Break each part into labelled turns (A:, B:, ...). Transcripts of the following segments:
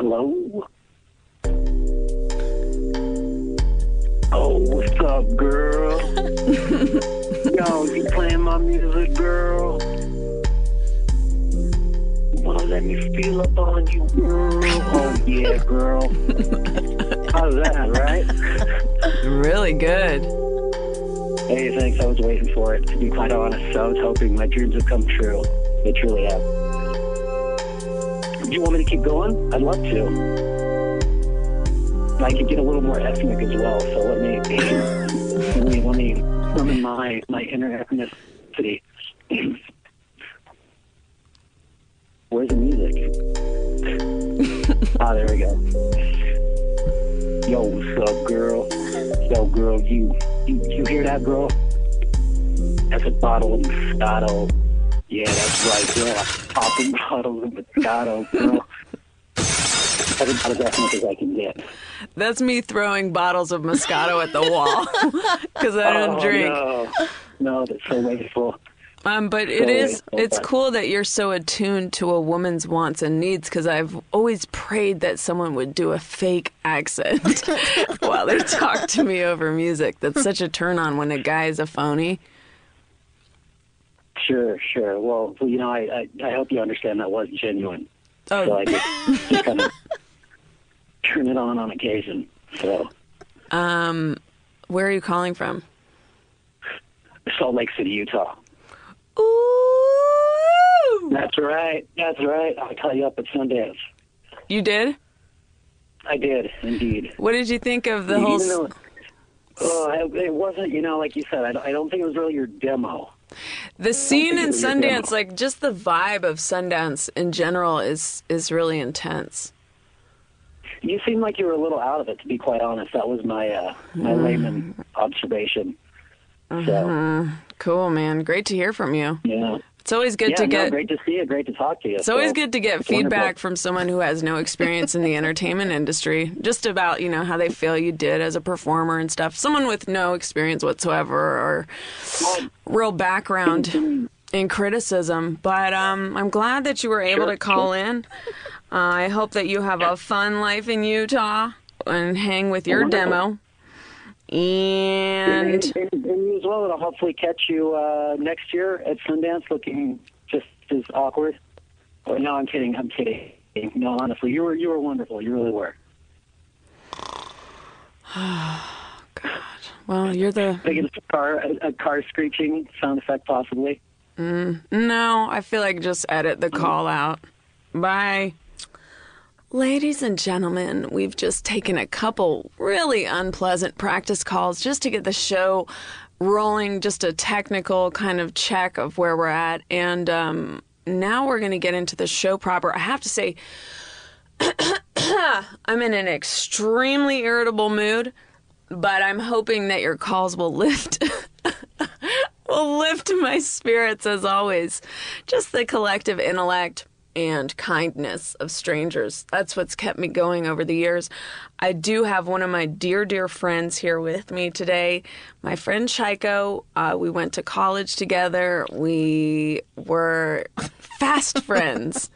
A: Hello. Oh, what's up, girl? Yo, you playing my music, girl? Well, let me feel up on you, girl. Oh, yeah, girl. How's that, right?
B: Really good.
A: Hey, thanks. I was waiting for it, to be quite honest. I was hoping my dreams would come true. They truly have. Do you want me to keep going? I'd love to. I could get a little more ethnic as well, so let me let me let me summon my, my inner ethnicity. Where's the music? ah, there we go. Yo, what's up, girl? Yo, girl, you you, you hear that, girl? That's a bottle of Moscato. Yeah, that's right, girl. I'm popping bottles of Moscato, girl. That's about as ethnic as I can get.
B: That's me throwing bottles of Moscato at the wall because I don't
A: Oh,
B: drink.
A: No. no, that's so wasteful.
B: Um, but it
A: Yeah,
B: is
A: yeah,
B: it's
A: okay.
B: cool that you're so attuned to a woman's wants and needs because I've always prayed that someone would do a fake accent while they talk to me over music. That's such a turn on when a guy is a phony.
A: Sure, sure. Well, you know, I, I, I hope you understand that wasn't genuine. So
B: Oh,
A: I just, just kind of turn it on on occasion. So
B: where are you calling from?
A: Salt Lake City, Utah.
B: Ooh,
A: That's right. That's right. I'll call you up at Sundance.
B: you did.
A: I did, indeed.
B: What did you think of the whole?
A: Even though, oh, I- it wasn't, you know, like you said, I don't, I don't think it was really your demo.
B: The scene
A: think
B: in
A: it was your demo.
B: Sundance, like just the vibe of Sundance in general, is is really intense.
A: You seemed like you were a little out of it, to be quite honest. That was my uh, my
B: Mm.
A: layman observation.
B: Uh-huh.
A: So
B: Cool, man. Great to hear from you.
A: yeah,
B: It's always good
A: yeah,
B: to
A: no,
B: get.
A: great to see you. Great to talk to you.
B: It's always good to get feedback
A: wonderful.
B: from someone who has no experience in the entertainment industry, just about you know how they feel you did as a performer and stuff. Someone with no experience whatsoever or real background in criticism. But um, I'm glad that you were able
A: Sure,
B: to call in. Uh, I hope that you have a fun life in Utah and hang with your demo.
A: Wonderful.
B: And
A: and, and, and you as well, and I'll hopefully catch you uh, next year at Sundance, looking just as awkward. Oh, no, I'm kidding. I'm kidding. No, honestly, you were you were wonderful. You really were.
B: well, you're the
A: Biggest car a, a car screeching sound effect possibly.
B: No, I feel like just edit the call out. Bye. Ladies and gentlemen, we've just taken a couple really unpleasant practice calls just to get the show rolling, just a technical kind of check of where we're at. And um, now we're going to get into the show proper. I have to say, I'm in an extremely irritable mood, but I'm hoping that your calls will lift will lift my spirits as always. Just the collective intellect and kindness of strangers. That's what's kept me going over the years. I do have one of my dear, dear friends here with me today. My friend Chico. Uh, we went to college together. We were fast friends.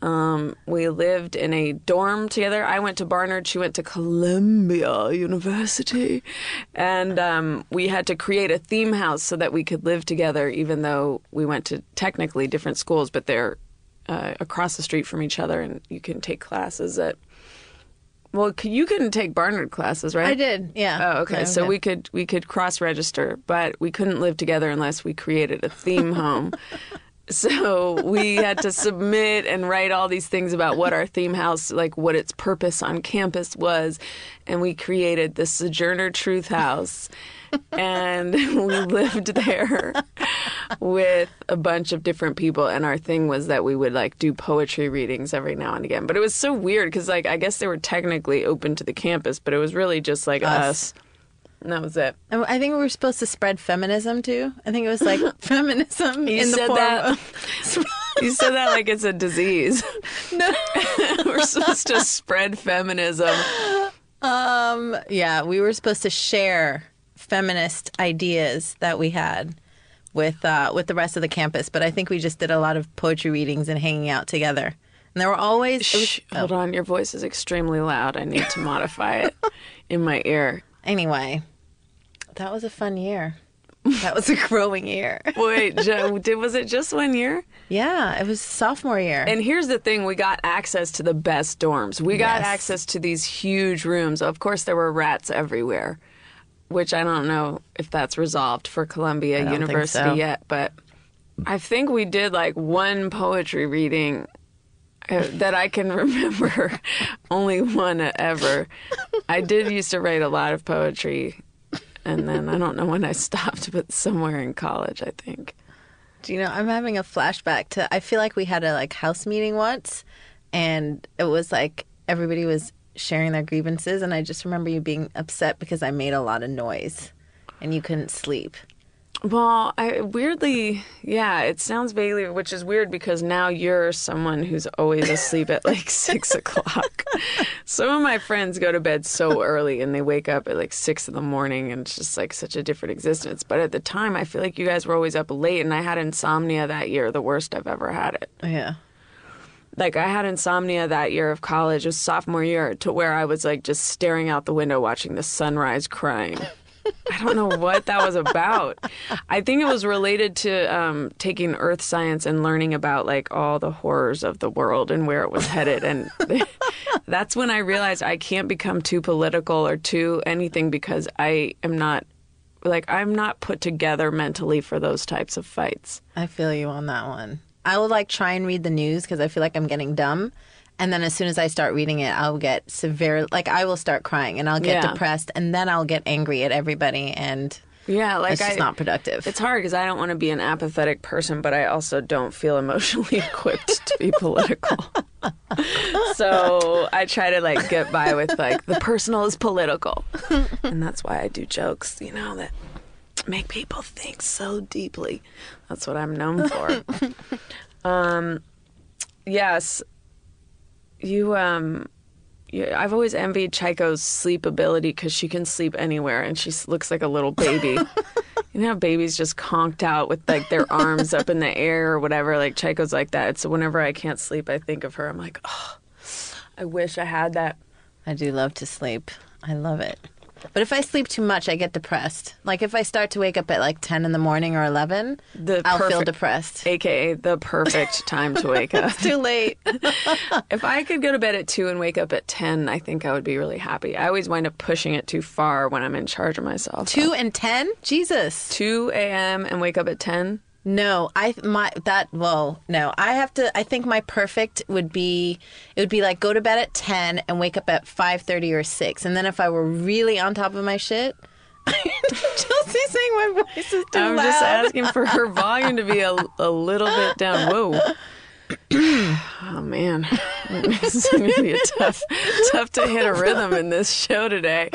B: Um, we lived in a dorm together. I went to Barnard. She went to Columbia University. And um, we had to create a theme house so that we could live together, even though we went to technically different schools, but they're uh, across the street from each other. And you can take classes at. Well, c- you couldn't take Barnard classes, right?
C: I did. Yeah.
B: Oh, okay.
C: Yeah,
B: So we could we could cross register, but we couldn't live together unless we created a theme home. So we had to submit and write all these things about what our theme house, like what its purpose on campus was, and we created the Sojourner Truth House, and we lived there with a bunch of different people. And our thing was that we would like do poetry readings every now and again. But it was so weird because like I guess they were technically open to the campus, but it was really just like us. And that was it.
C: And I think we were supposed to spread feminism too. I think it was like feminism
B: You
C: in the
B: said
C: form
B: that.
C: of
B: You said that like it's a disease.
C: no.
B: We're supposed to spread feminism.
C: Um, yeah, we were supposed to share feminist ideas that we had with uh, with the rest of the campus, but I think we just did a lot of poetry readings and hanging out together And there were always. it was-
B: Shh, hold on. Your voice is extremely loud. I need to modify it in my ear.
C: Anyway, that was a fun year. That was a growing year.
B: Wait, ju- did, was it just one year?
C: Yeah, it was sophomore year.
B: And here's the thing we got access to the best dorms. We got
C: Yes.
B: access to these huge rooms. Of course, there were rats everywhere, which I don't know if that's resolved for Columbia
C: don't think
B: University
C: so.
B: yet, but I think we did like one poetry reading uh, that I can remember, only one ever. I did used to write a lot of poetry, and then I don't know when I stopped, but somewhere in college, I think.
C: Do you know, I'm having a flashback to I feel like we had a like house meeting once and it was like everybody was sharing their grievances and I just remember you being upset because I made a lot of noise and you couldn't sleep.
B: Well, I weirdly, yeah, it sounds vaguely, which is weird because now you're someone who's always asleep at like six o'clock. Some of my friends go to bed so early and they wake up at like six in the morning, and it's just like such a different existence. But at the time, I feel like you guys were always up late, and I had insomnia that year, the worst I've ever had it
C: Yeah.
B: like I had insomnia that year of college, it was sophomore year, to where I was like just staring out the window watching the sunrise crying. I don't know what that was about. I think it was related to um, taking earth science and learning about like all the horrors of the world and where it was headed. And that's when I realized I can't become too political or too anything because I am not like I'm not put together mentally for those types of fights.
C: I feel you on that one. I will like try and read the news because I feel like I'm getting dumb. And then as soon as I start reading it, I'll get severe, like I will start crying and I'll get
B: Yeah.
C: depressed and then I'll get angry at everybody and
B: Yeah, like
C: it's just
B: I,
C: not productive.
B: It's hard because I don't want to be an apathetic person, but I also don't feel emotionally equipped to be political. so I try to like get by with like the personal is political, and that's why I do jokes, you know, that make people think so deeply. That's what I'm known for. um, yes, you um. Yeah, I've always envied Chico's sleep ability because she can sleep anywhere and she s- looks like a little baby. You know how babies just conked out with like their arms up in the air or whatever. Like Chico's like that. So whenever I can't sleep, I think of her. I'm like, oh, I wish I had that.
C: I do love to sleep. I love it. But if I sleep too much, I get depressed. Like if I start to wake up at like 10 in the morning or 11,
B: The
C: I'll feel
B: perfect-
C: depressed.
B: AKA the perfect time to wake up.
C: Too late.
B: if I could go to bed at two and wake up at ten, I think I would be really happy. I always wind up pushing it too far when I'm in charge of myself.
C: 2 and 10? Jesus.
B: two a.m. and wake up at ten.
C: No, I my that whoa, no. I have to I think my perfect would be it would be like go to bed at 10 and wake up at 5:30 or 6. And then if I were really on top of my shit, Chelsea's saying my voice is too
B: I'm
C: loud.
B: just asking for her volume to be a, a little bit down. Whoa. Oh man, this is gonna be a tough, tough to hit a rhythm in this show today.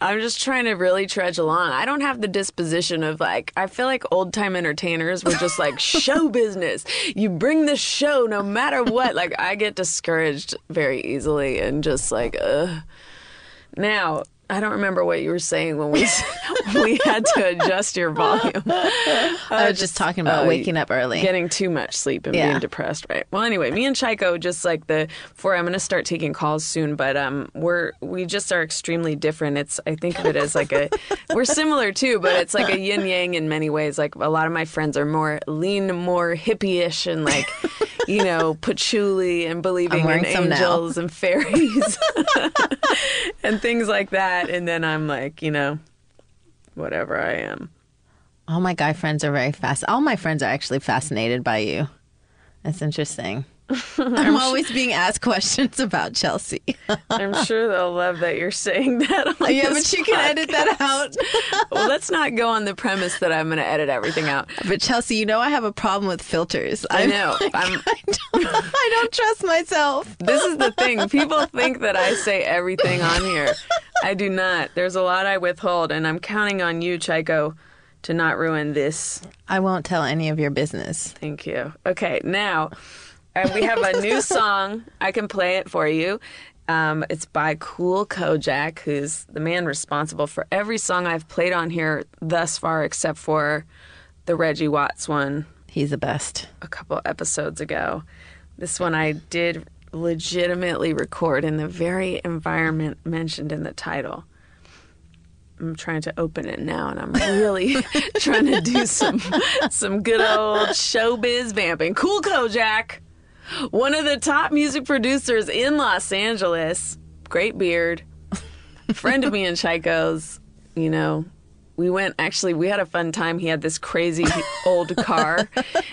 B: I'm just trying to really trudge along. I don't have the disposition of like I feel like old time entertainers were just like show business. You bring the show no matter what. Like I get discouraged very easily and just like ugh. Now, I don't remember what you were saying when we we had to adjust your volume.
C: I was just talking about
B: Oh,
C: waking up early.
B: Getting too much sleep and
C: Yeah.
B: being depressed, right? Well, anyway, me and Chico just like the four. I'm going to start taking calls soon, but um, we're we just are extremely different. It's I think of it as like a we're similar too, but it's like a yin yang in many ways. Like a lot of my friends are more lean, more hippie-ish, and like you know patchouli and believing in
C: wearing some now.
B: angels and fairies and things like that. And then I'm like, you know, whatever I am.
C: All my guy friends are very fast. All my friends are actually fascinated by you. That's interesting. I'm always being asked questions about Chelsea.
B: I'm sure they'll love that you're saying that. on
C: yeah,
B: this
C: but you can
B: pod-
C: edit that out.
B: Well, let's not go on the premise that I'm going to edit everything out.
C: But Chelsea, you know I have a problem with filters.
B: I
C: I'm-
B: know. I'm,
C: I don't, I don't trust myself.
B: this is the thing. People think that I say everything on here. I do not. There's a lot I withhold, and I'm counting on you, Chico, to not ruin this.
C: I won't tell any of your business.
B: Thank you. Okay, now uh, we have a new song. I can play it for you. Um, it's by Cool Kojak, who's the man responsible for every song I've played on here thus far, except for the Reggie Watts one
C: He's the best.
B: a couple episodes ago. This one I did legitimately record in the very environment mentioned in the title. I'm trying to open it now, and I'm really trying to do some some good old showbiz vamping. Cool Kojak, one of the top music producers in Los Angeles, great beard, friend of me and Chico's. You know, we went actually. We had a fun time. He had this crazy old car,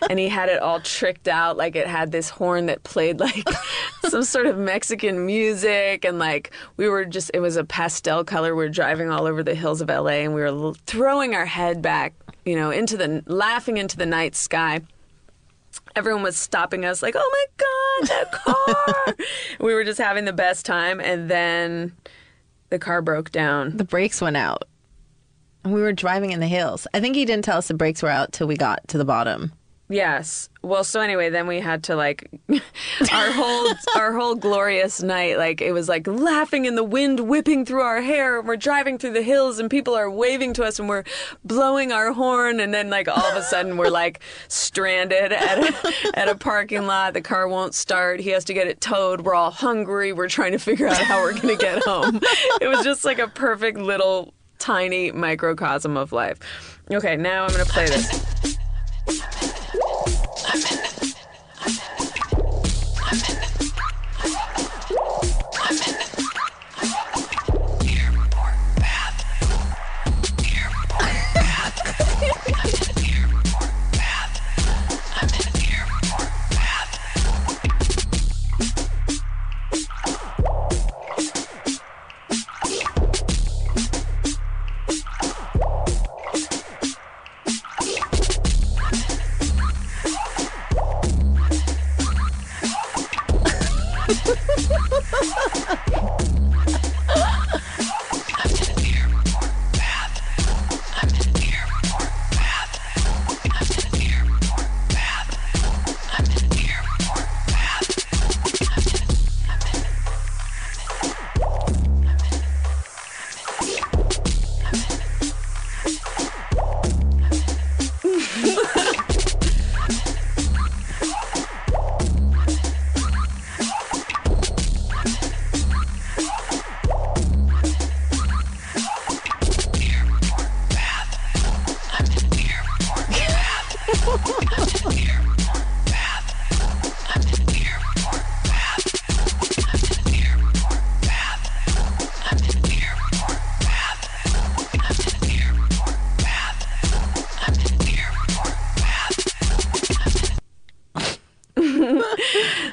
B: and he had it all tricked out, like it had this horn that played like some sort of Mexican music, and like we were just. It was a pastel color. We were driving all over the hills of LA, and we were l- throwing our head back, you know, into the laughing into the night sky everyone was stopping us like oh my god that car we were just having the best time and then the car broke down
C: The brakes went out. And we were driving in the hills. I think he didn't tell us the brakes were out till we got to the bottom.
B: yes well so anyway then we had to like our whole our whole glorious night like it was like laughing in the wind whipping through our hair and we're driving through the hills and people are waving to us and we're blowing our horn and then like all of a sudden we're like stranded at a, at a parking lot the car won't start he has to get it towed we're all hungry we're trying to figure out how we're going to get home it was just like a perfect little tiny microcosm of life okay now i'm going to play this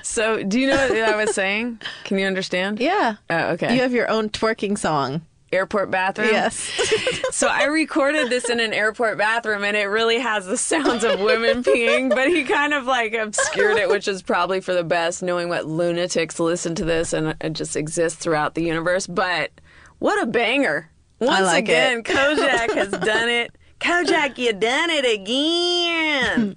B: So, do you know what I was saying? Can you understand?
C: Yeah.
B: Oh, okay.
C: You have your own twerking song.
B: airport bathroom. so I recorded this in an airport bathroom, and it really has the sounds of women peeing. But he kind of like obscured it, which is probably for the best, knowing what lunatics listen to this and it just exists throughout the universe. But what a banger! Once
C: like
B: again,
C: it.
B: Kojak has done it. Kojak, you done it again.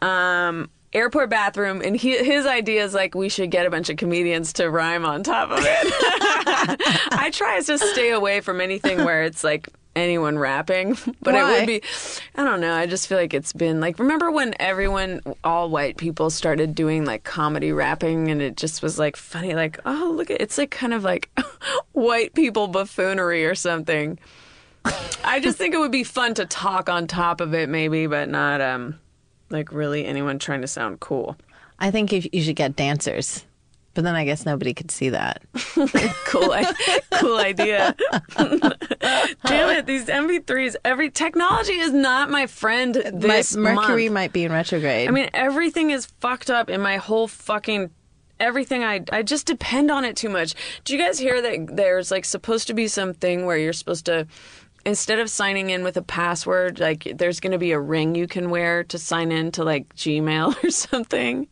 B: um. Airport bathroom, and he, his idea is like we should get a bunch of comedians to rhyme on top of it. I try to just stay away from anything where it's like anyone rapping, but it
C: Why?
B: would be. I don't know. I just feel like it's been like. Remember when everyone, all white people, started doing like comedy rapping, and it just was like funny. Like, oh look, at it's like kind of like white people buffoonery or something. I just think it would be fun to talk on top of it, maybe, but not um like really anyone trying to sound cool.
C: I think if you should get dancers. But then I guess nobody could see that.
B: cool, i- cool idea. Damn it, these MV3s. Every technology is not my friend this
C: My Mercury
B: month.
C: might be in retrograde.
B: I mean, everything is fucked up in my whole fucking everything. I I just depend on it too much. Do you guys hear that? There's like supposed to be something where you're supposed to. Instead of signing in with a password, like there's going to be a ring you can wear to sign in to like Gmail or something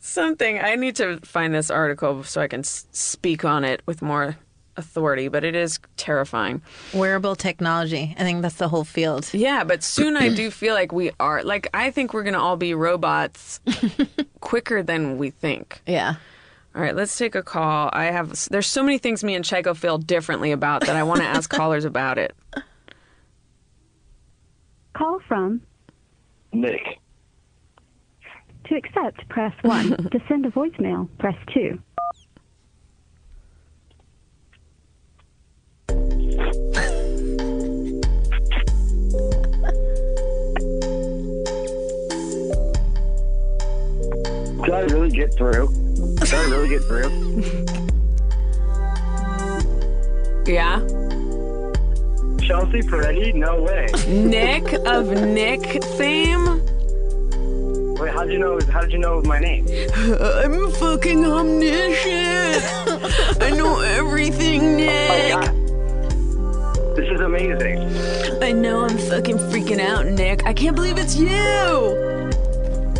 B: something. I need to find this article so I can s- speak on it with more authority, but it is terrifying.
C: wearable technology. I think that's the whole field.
B: Yeah, but soon I do feel like we are. Like, I think we're going to all be robots quicker than we think.
C: Yeah.
B: All right, let's take a call. I have, there's so many things me and Chico feel differently about that I want to ask callers about it.
D: Call from
A: Nick.
D: To accept, press 1. to send a voicemail, press 2.
E: Did I really get through? Did I really get through?
B: Yeah.
E: Chelsea Peretti? No way.
B: Nick of Nick fame.
E: Wait, how'd you know? How'd you know my name?
B: I'm fucking omniscient. I know everything,
E: Oh,
B: Nick.
E: God. This is amazing.
B: I know I'm fucking freaking out, Nick. I can't believe it's you.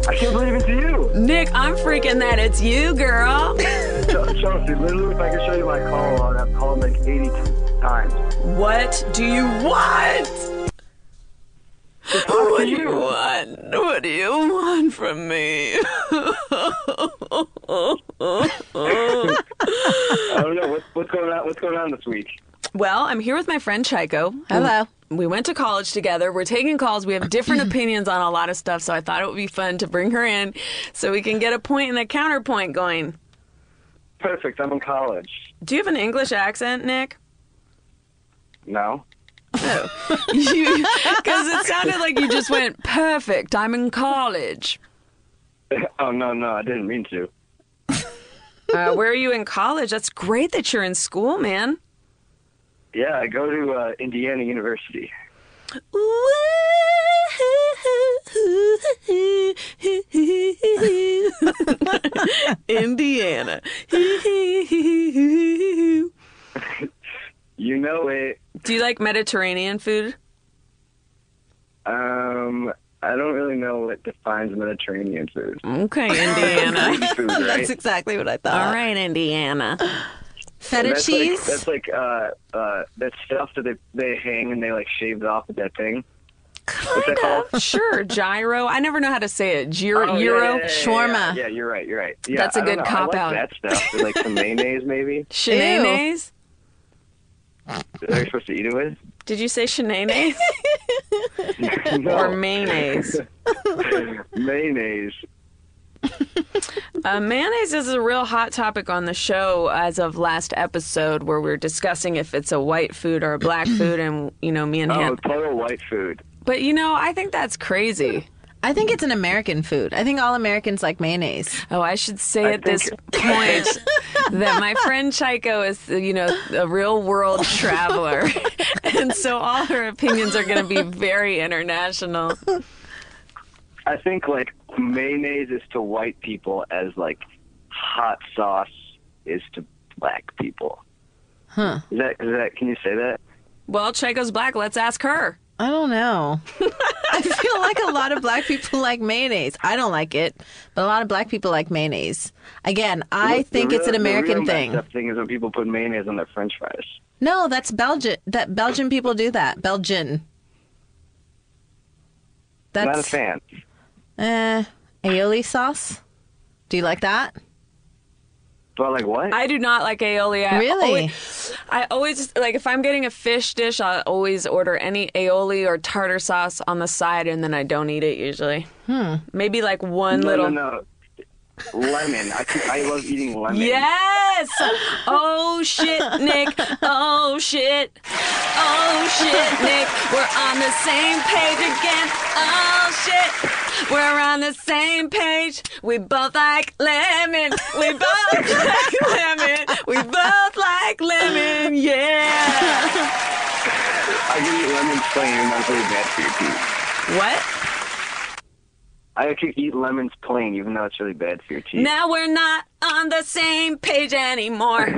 E: I can't believe it's you,
B: Nick, I'm freaking that it's you, girl.
E: Ch- Chelsea. Literally, if I could show you my call log, I've called like 80 times.
B: What do you want? What do you
E: you.
B: want? What do you want from me?
E: I don't know what's, what's going on. What's going on this week?
B: well, I'm here with my friend Chico.
C: Hello.
B: We went to college together. We're taking calls. We have different opinions on a lot of stuff, so I thought it would be fun to bring her in so we can get a point and a counterpoint going.
E: Perfect. I'm in college.
B: Do you have an English accent, Nick?
E: No.
B: Because it sounded like you just went perfect. I'm in college.
E: oh no, no, I didn't mean to.
B: Uh, where are you in college? That's great that you're in school, man.
E: Yeah, I go to uh, Indiana University.
B: Indiana.
E: You know it.
B: Do you like Mediterranean food?
E: Um, I don't really know what defines Mediterranean food.
B: Okay, Indiana.
E: Food, right?
C: That's exactly what I thought.
B: All right, Indiana.
C: Feta
E: that's Like,
C: cheese.
E: that's like uh, uh, that stuff that they, they hang and they like shave off with that thing. What's that called?
B: Sure, gyro. I never know how to say it. Gyro.
E: Oh, yeah,
B: gyro.
E: yeah, yeah, yeah,
C: shawarma.
E: Yeah, yeah, you're right. You're right. Yeah,
B: That's a
E: I don't
B: good
E: know, I
B: cop
E: like
B: out.
E: That stuff, with, like some mayonnaise, maybe.
B: Shenanes?
E: Are you supposed to eat it with?
B: Did you say shenanes
E: No.
B: or mayonnaise?
E: mayonnaise.
B: Uh, mayonnaise is a real hot topic on the show as of last episode, where we were discussing if it's a white food or a black food, and you know, me and
E: Oh,
B: him.
E: total white food.
B: But you know, I think that's crazy.
C: I think it's an American food. I think all Americans like mayonnaise.
B: Oh, I should say
E: I
B: at this point that my friend Chico is, you know, a real world traveler, and so all her opinions are going to be very international.
E: I think like mayonnaise is to white people as like hot sauce is to black people. Huh? Is that, is that can you say that?
B: Well, Chico's black. Let's ask her.
C: I don't know. I feel like a lot of black people like mayonnaise. I don't like it, but a lot of black people like mayonnaise. Again, I
E: The
C: think it's
E: real-
C: an
E: the real
C: American
E: messed
C: thing.
E: up thing is when people put mayonnaise on their French fries.
C: No, that's Belgian. That Belgian people do that. Belgian. That's
E: Not a fan.
C: Eh, aioli sauce. Do you like that?
E: But like what?
B: I do not like aioli. I
C: Really?
B: Always, I always like if I'm getting a fish dish, I always order any aioli or tartar sauce on the side, and then I don't eat it usually. Hmm. Maybe like one
E: no,
B: little.
E: no, no. Lemon. I, can- I love eating lemon.
B: Yes! Oh shit, Nick. Oh shit. Oh shit, Nick. We're on the same page again. Oh shit. We're on the same page. We both like lemon. We both like lemon. We both like lemon. Yeah.
E: I can eat lemon plain. and Not really bad for your teeth.
B: What?
E: I can eat lemons plain, even though it's really bad for your teeth.
B: Now we're not on the same page anymore.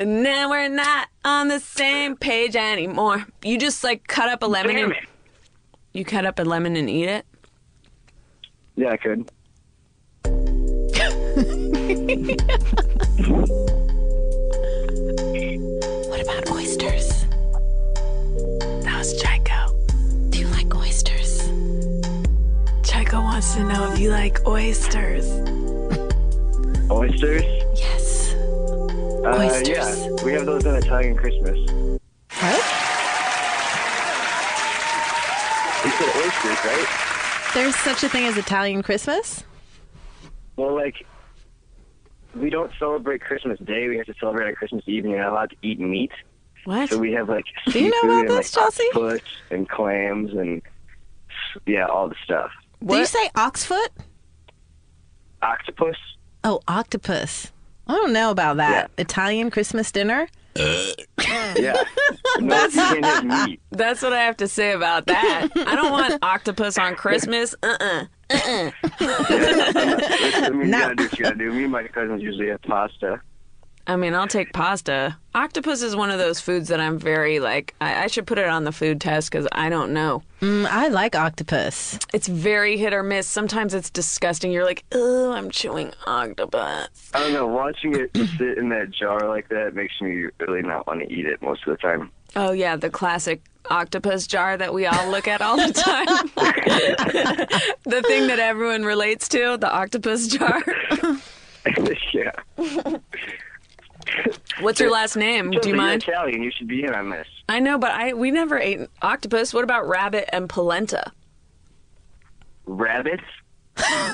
B: now we're not on the same page anymore. You just like cut up a lemon
E: Damn
B: and
E: it.
B: You cut up a lemon and eat it?
E: Yeah, I could.
C: What about oysters?
B: That was Chico.
C: Do you like oysters?
B: Chico wants to know if you like oysters.
E: Oysters.
C: Yes.
E: Uh,
C: Oysters.
E: yeah, we have those on Italian Christmas.
C: What?
E: You said oysters, right?
C: There's such a thing as Italian Christmas?
E: Well, like, we don't celebrate Christmas Day. We have to celebrate on Christmas Eve, and you're not allowed to eat meat.
B: What?
E: So we have like
B: Do you know
E: seafood
B: about
E: and,
B: this,
E: like,
B: Chelsea?
E: octopus and clams and yeah, all the stuff.
C: Did you
B: What?
C: say oxfoot?
E: Octopus.
C: Oh, octopus. I don't know about that. Italian Christmas dinner?
E: Yeah. no, you can't have meat.
B: That's what I have to say about that. I don't want octopus on Christmas. Uh-uh.
E: I mean,
C: No.
E: you gotta do what you gotta do. Me and my cousins usually have pasta.
B: I mean, I'll take pasta. Octopus is one of those foods that I'm very like. I, I should put it on the food test because I don't know.
C: Mm, I like octopus.
B: It's very hit or miss. Sometimes it's disgusting. You're like, oh, I'm chewing octopus.
E: I don't know. Watching it sit in that jar like that makes me really not want to eat it most of the time.
B: Oh yeah, the classic octopus jar that we all look at all the time. the thing that everyone relates to, the octopus jar.
E: yeah.
B: What's your last name? Do
E: Chelsea,
B: you
E: you're
B: mind?
E: Italian. You should be in on this.
B: I know, but I we never ate octopus. What about rabbit and polenta?
E: Rabbits.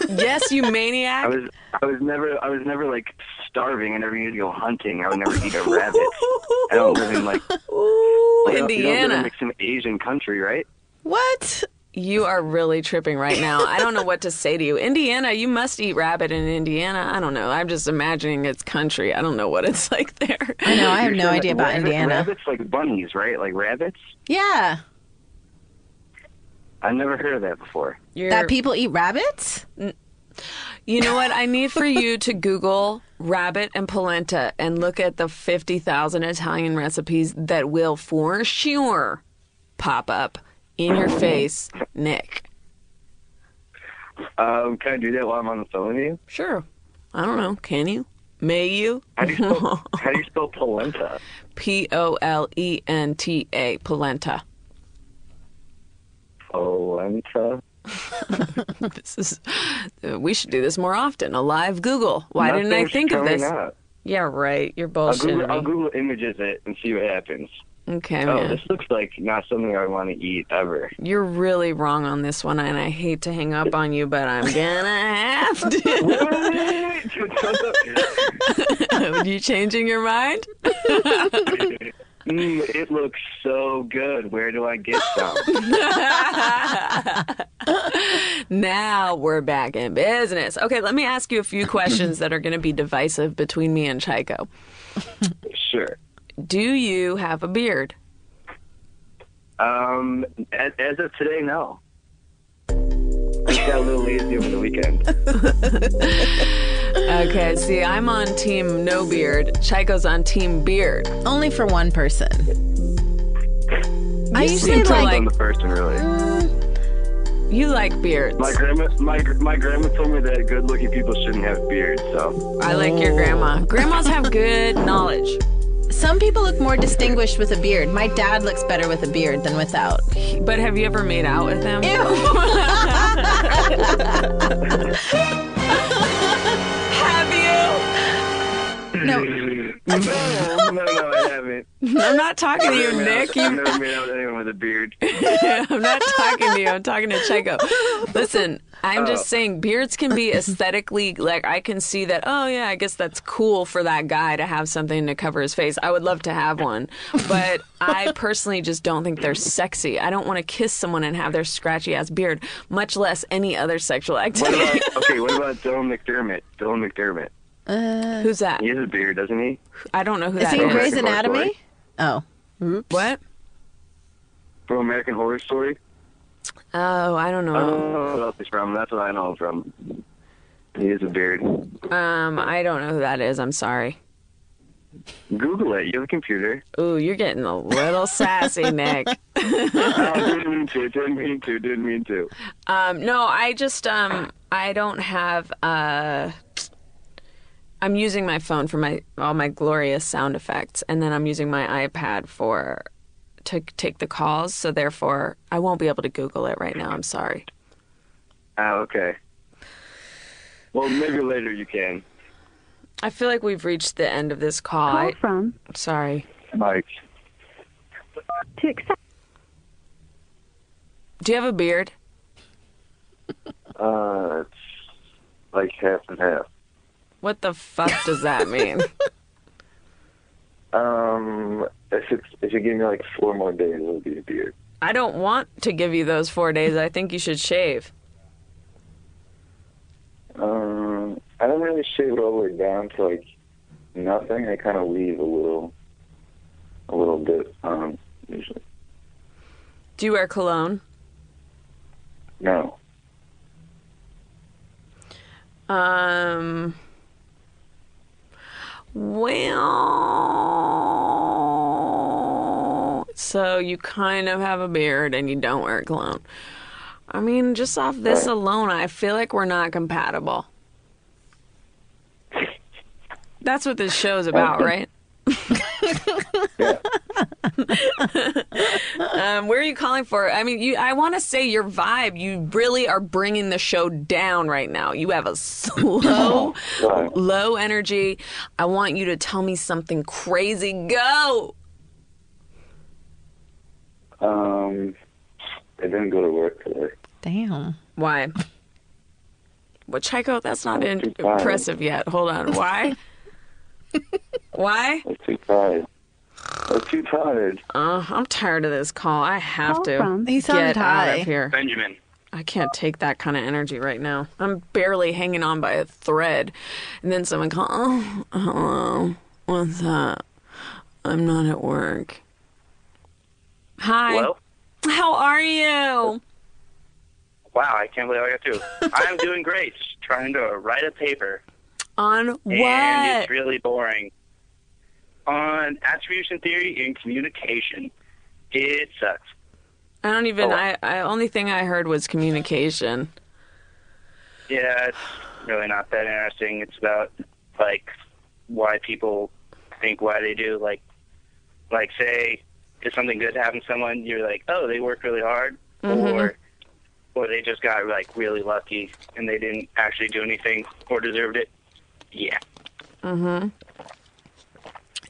B: Yes, you maniac.
E: I was I was never I was never like starving. I never needed to go hunting. I would never eat a rabbit. I don't live in like I don't- You don't live in
B: Indiana.
E: like some Asian country, right?
C: What?
B: You are really tripping right now. I don't know what to say to you. Indiana, you must eat rabbit in Indiana. I don't know. I'm just imagining it's country. I don't know what it's like there.
C: I know, I have no
E: Like,
C: idea about
E: rabbit-
C: Indiana.
E: Rabbits like bunnies, right? Like rabbits.
C: Yeah.
E: I've never heard of that before.
B: You're-
C: That people eat rabbits?
B: you know what? I need for you to Google rabbit and polenta and look at the 50,000 Italian recipes that will for sure pop up in your face, Nick.
E: Um, can I do that while I'm on the phone with you?
B: Sure. I don't know. Can you? May you?
E: How do you spell, how do you spell polenta?
B: P O L E N T A, polenta.
E: Polenta.
B: This is, uh, we should do this more often. A live Google. Why didn't I
E: Nothing's
B: think of
E: coming
B: this?
E: up.
B: Yeah, right. You're
E: I'll
B: bullshitting
E: Google, I'll
B: me.
E: Google images it and see what happens.
B: Okay,
E: Oh,
B: man.
E: this looks like not something I want to eat ever.
B: You're really wrong on this one, and I hate to hang up on you, but I'm gonna have to.
E: mm,
B: Are you changing your mind?
E: Mm, it looks so good. Where do I get some?
B: Now we're back in business. Okay, let me ask you a few questions that are gonna be divisive between me and Chico.
E: sure.
B: Do you have a beard?
E: Um, as, as of today, no. I got a little lazy over the weekend.
B: Okay, see, I'm on team no beard. Chico's on team beard.
C: Only for one person. I usually
B: seem to
C: like,
E: I'm the person, really.
B: You like beards.
E: My grandma, my gr- my grandma told me that good-looking people shouldn't have beards. So
B: I like your grandma. Grandmas have good knowledge.
C: some people look more distinguished with a beard. My dad looks better with a beard than without.
B: But have you ever made out with them? have
C: No,
E: no, no, I haven't.
B: you? I'm not talking to you,
E: I've
B: Nick. You-
E: never made out with anyone with a beard.
B: I'm not talking to you. I'm talking to Chico. Listen, I'm
E: Uh,
B: just saying beards can be aesthetically like I can see that. Oh yeah, I guess that's cool for that guy to have something to cover his face. I would love to have one, but I personally just don't think they're sexy. I don't want to kiss someone and have their scratchy ass beard, much less any other sexual
E: What
B: activity.
E: about okay? What about Dylan McDermott? Dylan McDermott.
B: Who's that?
E: He has a beard, doesn't he?
B: I don't know who
C: is
B: that
C: he in
B: is.
C: Grey's
E: American Horror
C: Anatomy?
E: Story.
C: Oh.
B: What?
E: From American Horror Story.
B: Oh, I don't
E: I
B: know.
E: don't know what else he's from. That's what I know him from. He has a beard.
B: Um, I don't know who that is. I'm sorry.
E: Google it. You have a computer.
B: Ooh, you're getting a little sassy, Nick.
E: oh, didn't mean to. Didn't mean to. Didn't mean to.
B: Um, no, I just um, I don't have. Uh, I'm using my phone for my all my glorious sound effects, and then I'm using my iPad for to take the calls. So therefore, I won't be able to Google it right now. I'm sorry.
F: Ah,
E: Oh, okay. Well, maybe later you can.
B: I feel like we've reached the end of this call.
G: Call
B: I,
G: from
B: sorry.
E: Mike.
G: to accept.
B: Do you have a beard?
E: Uh,
F: like half and half.
B: What the fuck does that mean?
F: Um, if it's, if you give me like four more days, it'll be a beard.
B: I don't want to give you those four days. I think you should shave.
F: Um, I don't really shave it all the way down to like nothing. I kind of leave a little, a little bit. Um, usually
B: Do you wear cologne?
F: no.
B: Um. Well, so you kind of have a beard and you don't wear cologne. I mean, just off this alone, I feel like we're not compatible. That's what this show's about, right?
F: Yeah.
B: Um, where are you calling for? I mean, you, I want to say your vibe. You really are bringing the show down right now. You have a slow,
F: Right.
B: low energy. I want you to tell me something crazy. Go.
F: Um, I didn't go to work today.
C: Damn.
B: Why? Well, Chico, that's not
F: I'm
B: in-
F: too tired.
B: impressive yet. Hold on. Why? Why?
F: I was too tired. I was too tired.
B: Uh, I'm tired of this call. I have
D: Call
B: to
D: from-
C: He sounded
B: get out
C: high.
B: of here.
E: Benjamin.
B: I can't take that kind of energy right now. I'm barely hanging on by a thread. And then someone call, oh, hello, what's up? I'm not at work. Hi.
E: Hello?
B: How are you?
E: Wow, I can't believe I got through. I'm doing great. Trying to write a paper.
B: On
E: And
B: what?
E: it's really boring. On attribution theory in communication. It sucks.
B: I don't
C: Oh.
B: even, I, I, only thing I heard was communication.
E: Yeah, it's really not that interesting. It's about like why people think why they do. Like, like say, if something good happened to someone, you're like, oh, they worked really hard,
B: Mm-hmm.
E: or or they just got like really lucky and they didn't actually do anything or deserved it. Yeah,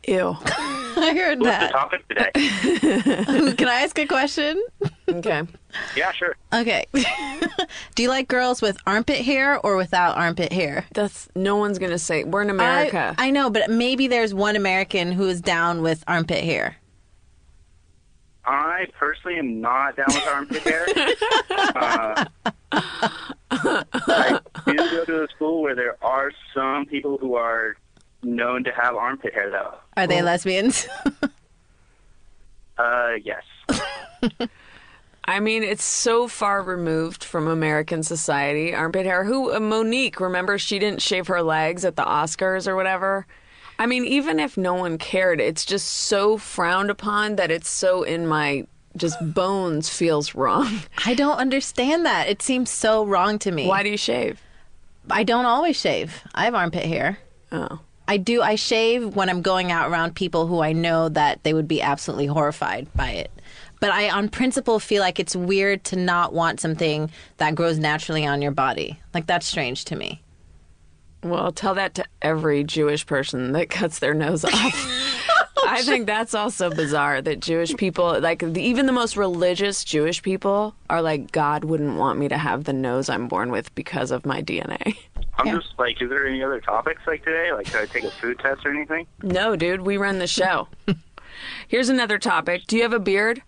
B: Ew.
C: I heard
E: what's the
C: that.
E: topic today?
C: Can I ask a question?
B: Okay.
E: yeah, sure.
C: Okay. Do you like girls with armpit hair or without armpit hair?
B: That's, no one's going to say, we're in
C: I-
B: America.
C: I, know, but maybe there's one American who is down with armpit hair.
E: I personally am not down with armpit hair. uh, I do go to a school where there are some people who are known to have armpit hair, though.
C: Are they lesbians?
E: Uh, yes.
B: I mean, it's so far removed from American society. Armpit hair. Who? uh, Monique. Remember, she didn't shave her legs at the Oscars or whatever. I mean, even if no one cared, it's just so frowned upon that it's so in my just bones feels wrong.
C: I don't understand that. It seems so wrong to me.
B: Why do you shave?
C: I don't always shave. I have armpit hair.
B: Oh,
C: I do. I shave when I'm going out around people who I know that they would be absolutely horrified by it. But I, on principle, feel like it's weird to not want something that grows naturally on your body. Like that's strange to me.
B: well, tell that to every Jewish person that cuts their nose off. I think that's also bizarre that Jewish people, like the, even the most religious Jewish people, are like, God wouldn't want me to have the nose I'm born with because of my DNA.
E: I'm just like, is there any other topics like today? Like, should I take a food test or anything?
B: No, dude, we run the show. Here's another topic. Do you have a beard?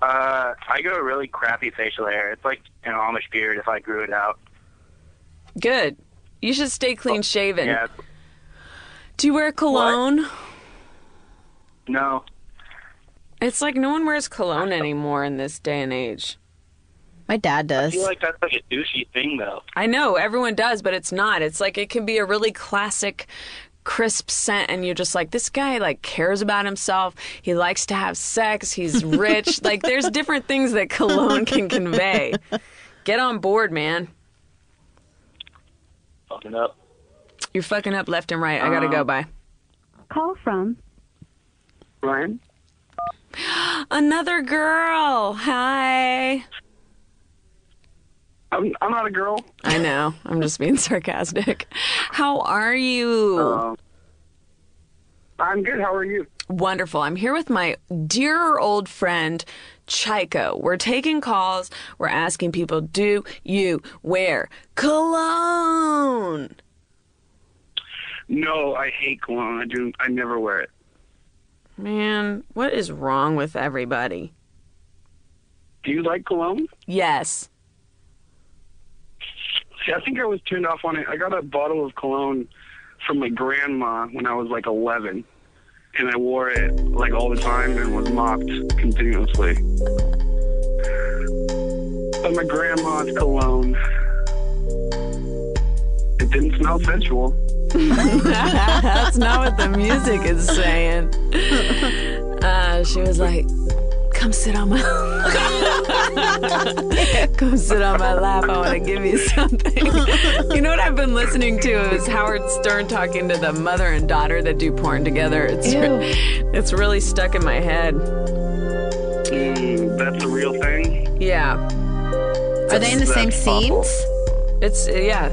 E: Uh, I go really crappy facial hair. It's like an Amish beard if I grew it out.
B: Good. You should stay clean shaven.
E: Yeah.
B: Do you wear cologne?
E: No.
B: It's like no one wears cologne anymore in this day and age.
C: My dad
E: I
C: does.
E: feel like that's like a douchey thing, though.
B: I know everyone does, but it's not. It's like it can be a really classic crisp scent and you're just like this guy like cares about himself he likes to have sex he's rich like there's different things that cologne can convey get on board man
E: Fucking up.
B: you're fucking up left and right i gotta go bye
D: Call from
E: Ryan?
B: another girl hi
E: I'm, I'm not a girl.
B: I know. I'm just being sarcastic. How are you?
E: Um,
H: I'm good. How are you?
B: Wonderful. I'm here with my dear old friend, Chico. We're taking calls. We're asking people, do you wear cologne?
H: No, I hate cologne. I do. I never wear it.
B: Man, what is wrong with everybody?
H: Do you like cologne?
B: Yes.
H: See, I think I was turned off on it. I got a bottle of cologne from my grandma when I was like 11, and I wore it like all the time and was mopped continuously. But my grandma's cologne, it didn't smell sensual.
B: That's not what the music is saying. Uh, she was like, come sit on my come sit on my lap. I want to give you something. you know what I've been listening to is Howard Stern talking to the mother and daughter that do porn together. It's re- it's really stuck in my head.
H: Mm, that's a real thing.
B: Yeah,
C: Are they in the same
H: That's awful.
C: scenes?
B: it's uh, yeah.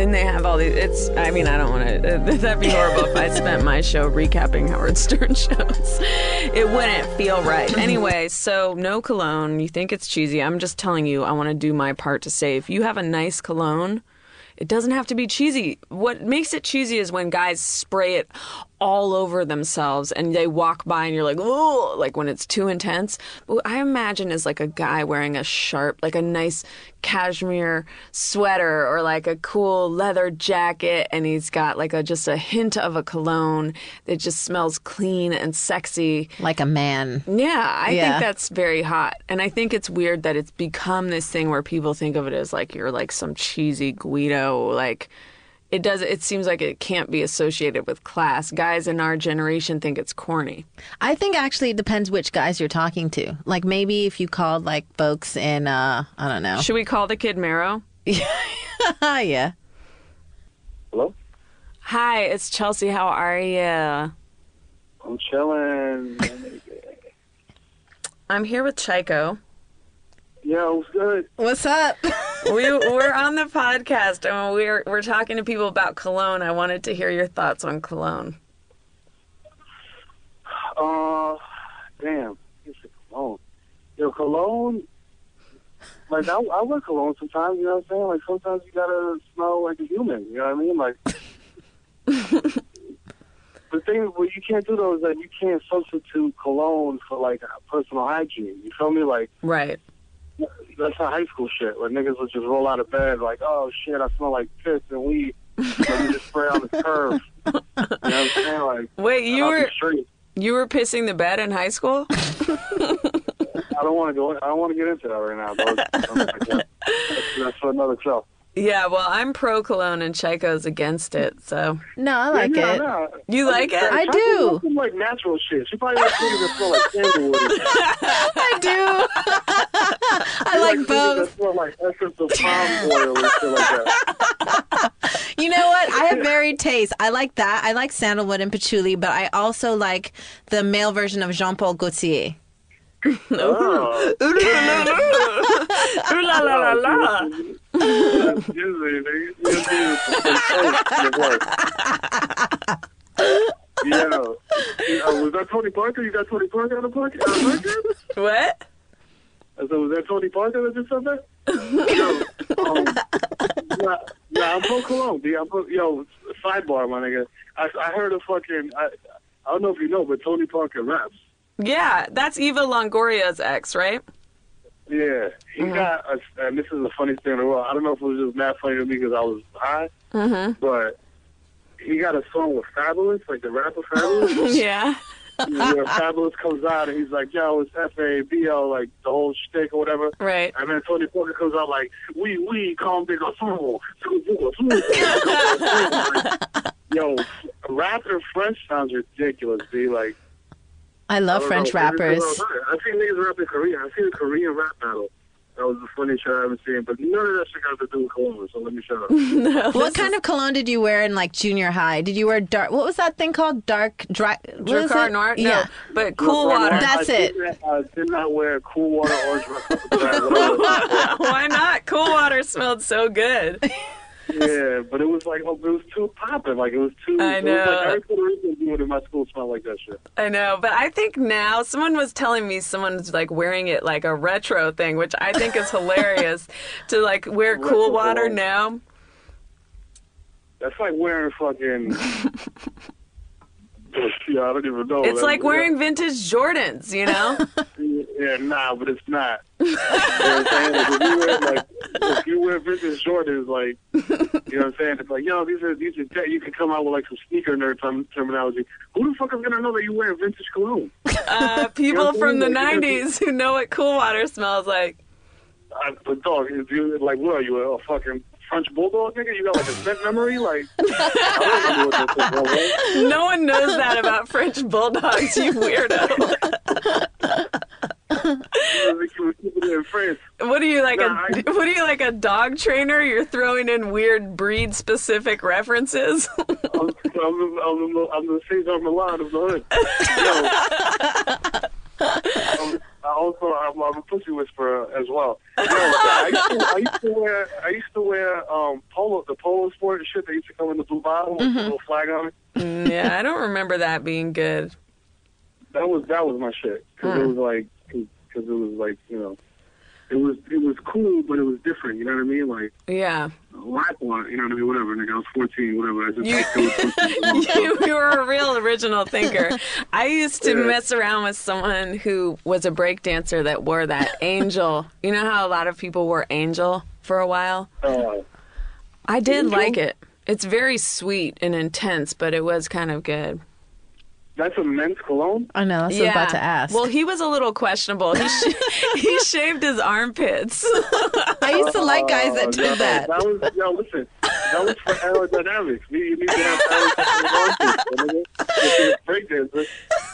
B: And they have all these. It's. I mean, I don't want to. That'd be horrible if I spent my show recapping Howard Stern shows. It wouldn't feel right. Anyway, so no cologne. You think it's cheesy? I'm just telling you. I want to do my part to say if you have a nice cologne, it doesn't have to be cheesy. What makes it cheesy is when guys spray it all over themselves and they walk by and you're like, oh, like when it's too intense. But what I imagine is like a guy wearing a sharp, like a nice cashmere sweater or like a cool leather jacket and he's got like a just a hint of a cologne that just smells clean and sexy.
C: Like a man.
B: Yeah, I
C: Yeah.
B: think that's very hot. And I think it's weird that it's become this thing where people think of it as like you're like some cheesy Guido like it does it seems like it can't be associated with class. Guys in our generation think it's corny.
C: I think actually it depends which guys you're talking to. Like maybe if you called like folks in uh I don't know.
B: Should we call the kid Marrow?
C: yeah.
F: Hello?
B: Hi, it's Chelsea. How are you?
F: I'm chilling.
B: I'm here with Chico.
F: yeah, what's good?
C: What's up?
B: We we're on the podcast and we're we're talking to people about cologne. I wanted to hear your thoughts on cologne.
F: Uh, damn. It's a cologne. Yo, cologne. Like I, I wear cologne sometimes. You know what I'm saying? Like sometimes you gotta smell like a human. You know what I mean? Like the thing, what you can't do though is that you can't substitute cologne for like personal hygiene. You feel me? Like
B: Right.
F: that's not high school shit. Where niggas would just roll out of bed like, oh shit, I smell like piss and weed. Let me just spray on the curve. You know what I'm saying? Like
B: Wait, you
F: out the
B: were
F: street.
B: you were pissing the bed in high school?
F: I don't want to go. I don't want to get into that right now. But that's, that's for another show.
B: Yeah, well, I'm pro cologne and Chico's against it. So
C: no, I like
F: yeah,
C: it.
F: Nah,
B: you like it?
C: I do.
F: Some, like natural shit. She probably likes things that smell like sandalwood. and shit.
C: I do. I like both.
F: That smell like essence of palm oil and shit like that.
C: You know what? I have varied tastes. I like that. I like sandalwood and patchouli, but I also like the male version of Jean Paul Gaultier.
F: Oh,
B: Ooh la la la. Ooh la la la la.
F: that's easy, nigga. You just need some toast in your voice. Yeah. Uh, was that Tony Parker? You got Tony Parker on the podcast? on the podcast?
B: What?
F: I said, was that Tony Parker that just said that? yo, um, nah, nah, I'm pro cologne, dude. I'm pro, yo, sidebar, my nigga. I, I heard a fucking, I, I don't know if you know, but Tony Parker raps.
B: Yeah, that's Eva Longoria's ex, right?
F: Yeah, he got, a, and this is the funniest thing in the world. I don't know if it was just mad funny to me because I was high, but he got a song with Fabulous, like the rapper Fabulous.
B: Yeah.
F: where Fabulous comes out and he's like, yo, it's F-A-B-O, like the whole shtick or whatever.
B: Right.
F: And then Tony Parker comes out like, we, we, calm big fool. Yo, rap in French sounds ridiculous, B. Like,
C: I
F: I
C: love
F: don't
C: French
F: know.
C: rappers.
F: I've seen niggas rap in Korea. I've seen a Korean rap battle. That was the funniest shit I ever seen. But none of that shit got to do with Colombia, so let me shut up.
C: What kind of cologne did you wear in like junior high? Did you wear dark? What was that thing called? Dark dry. what is
B: Dracar
C: it?
B: Noir? No.
C: Yeah.
B: But cool water.
C: Noir. That's
F: I did
C: it.
F: not- I did not wear cool water orange. whatever.
B: Why not? Cool water smelled so good.
F: Yeah, but it was like oh, it was too popping. Like it was too.
B: I
F: It was
B: know.
F: like every Puerto Rican dude in my school smelled like that shit.
B: I know, but I think now someone was telling me someone's like wearing it like a retro thing, which I think is hilarious to like wear cool
F: Retro
B: water
F: cologne.
B: now.
F: That's like wearing fucking. yeah, I don't even know.
C: Oh,
B: It's
F: That-
B: like wearing vintage Jordans, you know?
F: Yeah, yeah, nah, but it's not. you know what I'm saying? Like, if, you wear, like, if you wear vintage Jordans, like, you know what I'm saying? It's like, yo, these are these are dead. You can come out with like some sneaker nerd term- terminology. Who the fuck is gonna know that you wear vintage cologne?
B: Uh, people
F: You're
B: from the
F: doing it.
B: 90s who know what cool water smells like.
F: I, but dog, if you like, what are you a, fucking French bulldog nigga? You got like a scent memory? Like, I don't know what this is, bro.
B: No one knows that about French bulldogs, you weirdo.
F: I think you were keeping it in France.
B: What are you like
F: Nah,
B: a
F: I-
B: what are you like a dog trainer? You're throwing in weird breed specific references.
F: I'm, I'm, the- I'm, the- I'm the Cesar Milan of the hood. Yo. I'm, I also, I'm, I'm a pussy whisperer as well. Yo, I, used to, I used to wear, I used to wear um, polo, the polo sport and shit that used to come in the blue bottle with the little flag on it.
B: Mm, yeah, I don't remember that being good.
F: That was that was my shit because it was like, because it was like, you know, it was it was cool, but it was different. You know what I mean? Like.
B: Yeah.
F: Rap on, it, you know what I mean? Whatever, nigga. I was 14, whatever. I just I was 14.
B: you, you were a real original thinker. I used to mess around with someone who was a break dancer that wore that angel. You know how a lot of people wore angel for a while?
F: Uh,
B: I did like it. It's very sweet and intense, but it was kind of good.
F: that's a men's cologne?
C: I know, that's what I'm about to ask.
B: Well, he was a little questionable. He sh- he shaved his armpits.
C: I used to like guys that
F: No,
C: did that.
F: Oh, That was yo. Listen, that was for aerodynamics. We you need to have aerodynamics. nigga. Breakdancer.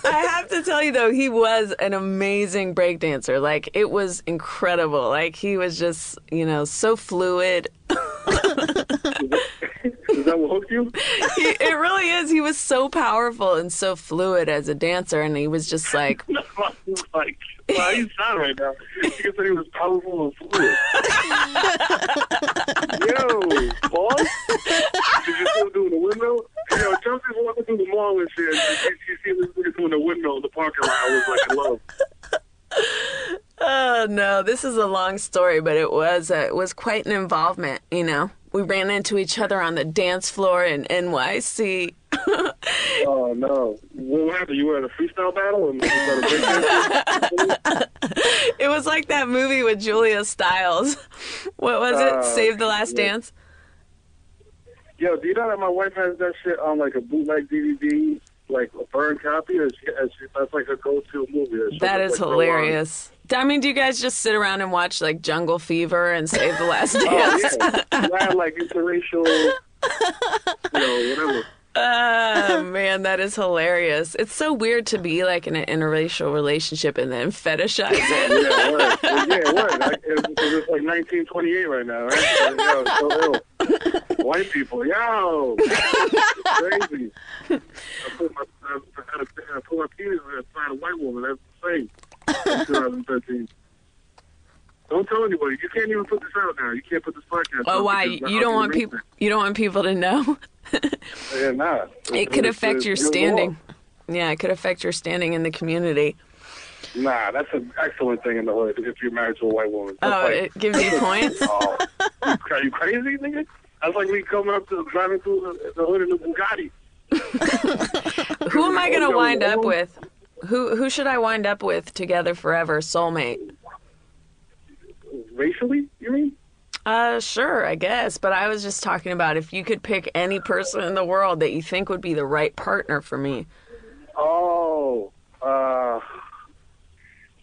B: I have to tell you though, he was an amazing breakdancer. Like it was incredible. Like he was just, you know, so fluid
F: Is that what hooked you?
B: he, it really is. He was so powerful and so fluid as a dancer, and he was just like,
F: No, I was like, why are you sad right now? You said he was powerful and fluid. yo, boss, did you see him doing the window? Yo, Chelsea's walking through the mall and shit. and You, you see this nigga doing the window in the parking lot. I was like, in love.
B: "Oh no, this is a long story, but it was uh, it was quite an involvement." You know, we ran into each other on the dance floor in NYC.
F: Oh no, what happened? You were at a freestyle battle and you started breakdancing.
B: It was like that movie with Julia Stiles. What was it?
F: Oh,
B: Save the Last
F: yeah.
B: Dance.
F: Yo, do you know that my wife has that shit on like a bootleg DVD, like a burned copy? Or she, as she, that's like her go-to movie. she'll
B: That
F: just,
B: is
F: like, throw on.
B: hilarious. I mean, do you guys just sit around and watch like Jungle Fever and Save the Last Dance?
F: Oh yeah, I had like interracial, you know, whatever.
B: Oh man, that is hilarious. It's so weird to be like in an interracial relationship and then fetishize it.
F: Yeah, word. Yeah, word. Like, it's, it's like 1928 right now, right? Yo, so ill. White people, yo, It's crazy. I put my I, had a, I put my penis inside a white woman. That's the same. In 2013. Don't tell anybody. You can't even put this out now. You can't put this podcast.
B: Oh
F: out
B: why?
F: because
B: You
F: I'll
B: don't
F: be
B: want
F: racist.
B: people you don't want people to know.
F: Yeah, nah.
B: It could
F: It's-
B: affect
F: it's-
B: your
F: it's law.
B: standing. Yeah, it could affect your standing in the community.
F: Nah, that's an excellent thing in the hood if you're married to a white woman. That's
B: Oh,
F: like-
B: it gives you points.
F: Oh, are you crazy, nigga? That's like me coming up to driving through the, the hood in the Bugatti.
B: Who am I going to
F: Oh,
B: wind up
F: oh.
B: with? Who who should I wind up with together forever, soulmate?
F: Racially, you mean?
B: Uh, sure, I guess. But I was just talking about if you could pick any person in the world that you think would be the right partner for me.
F: Oh, uh,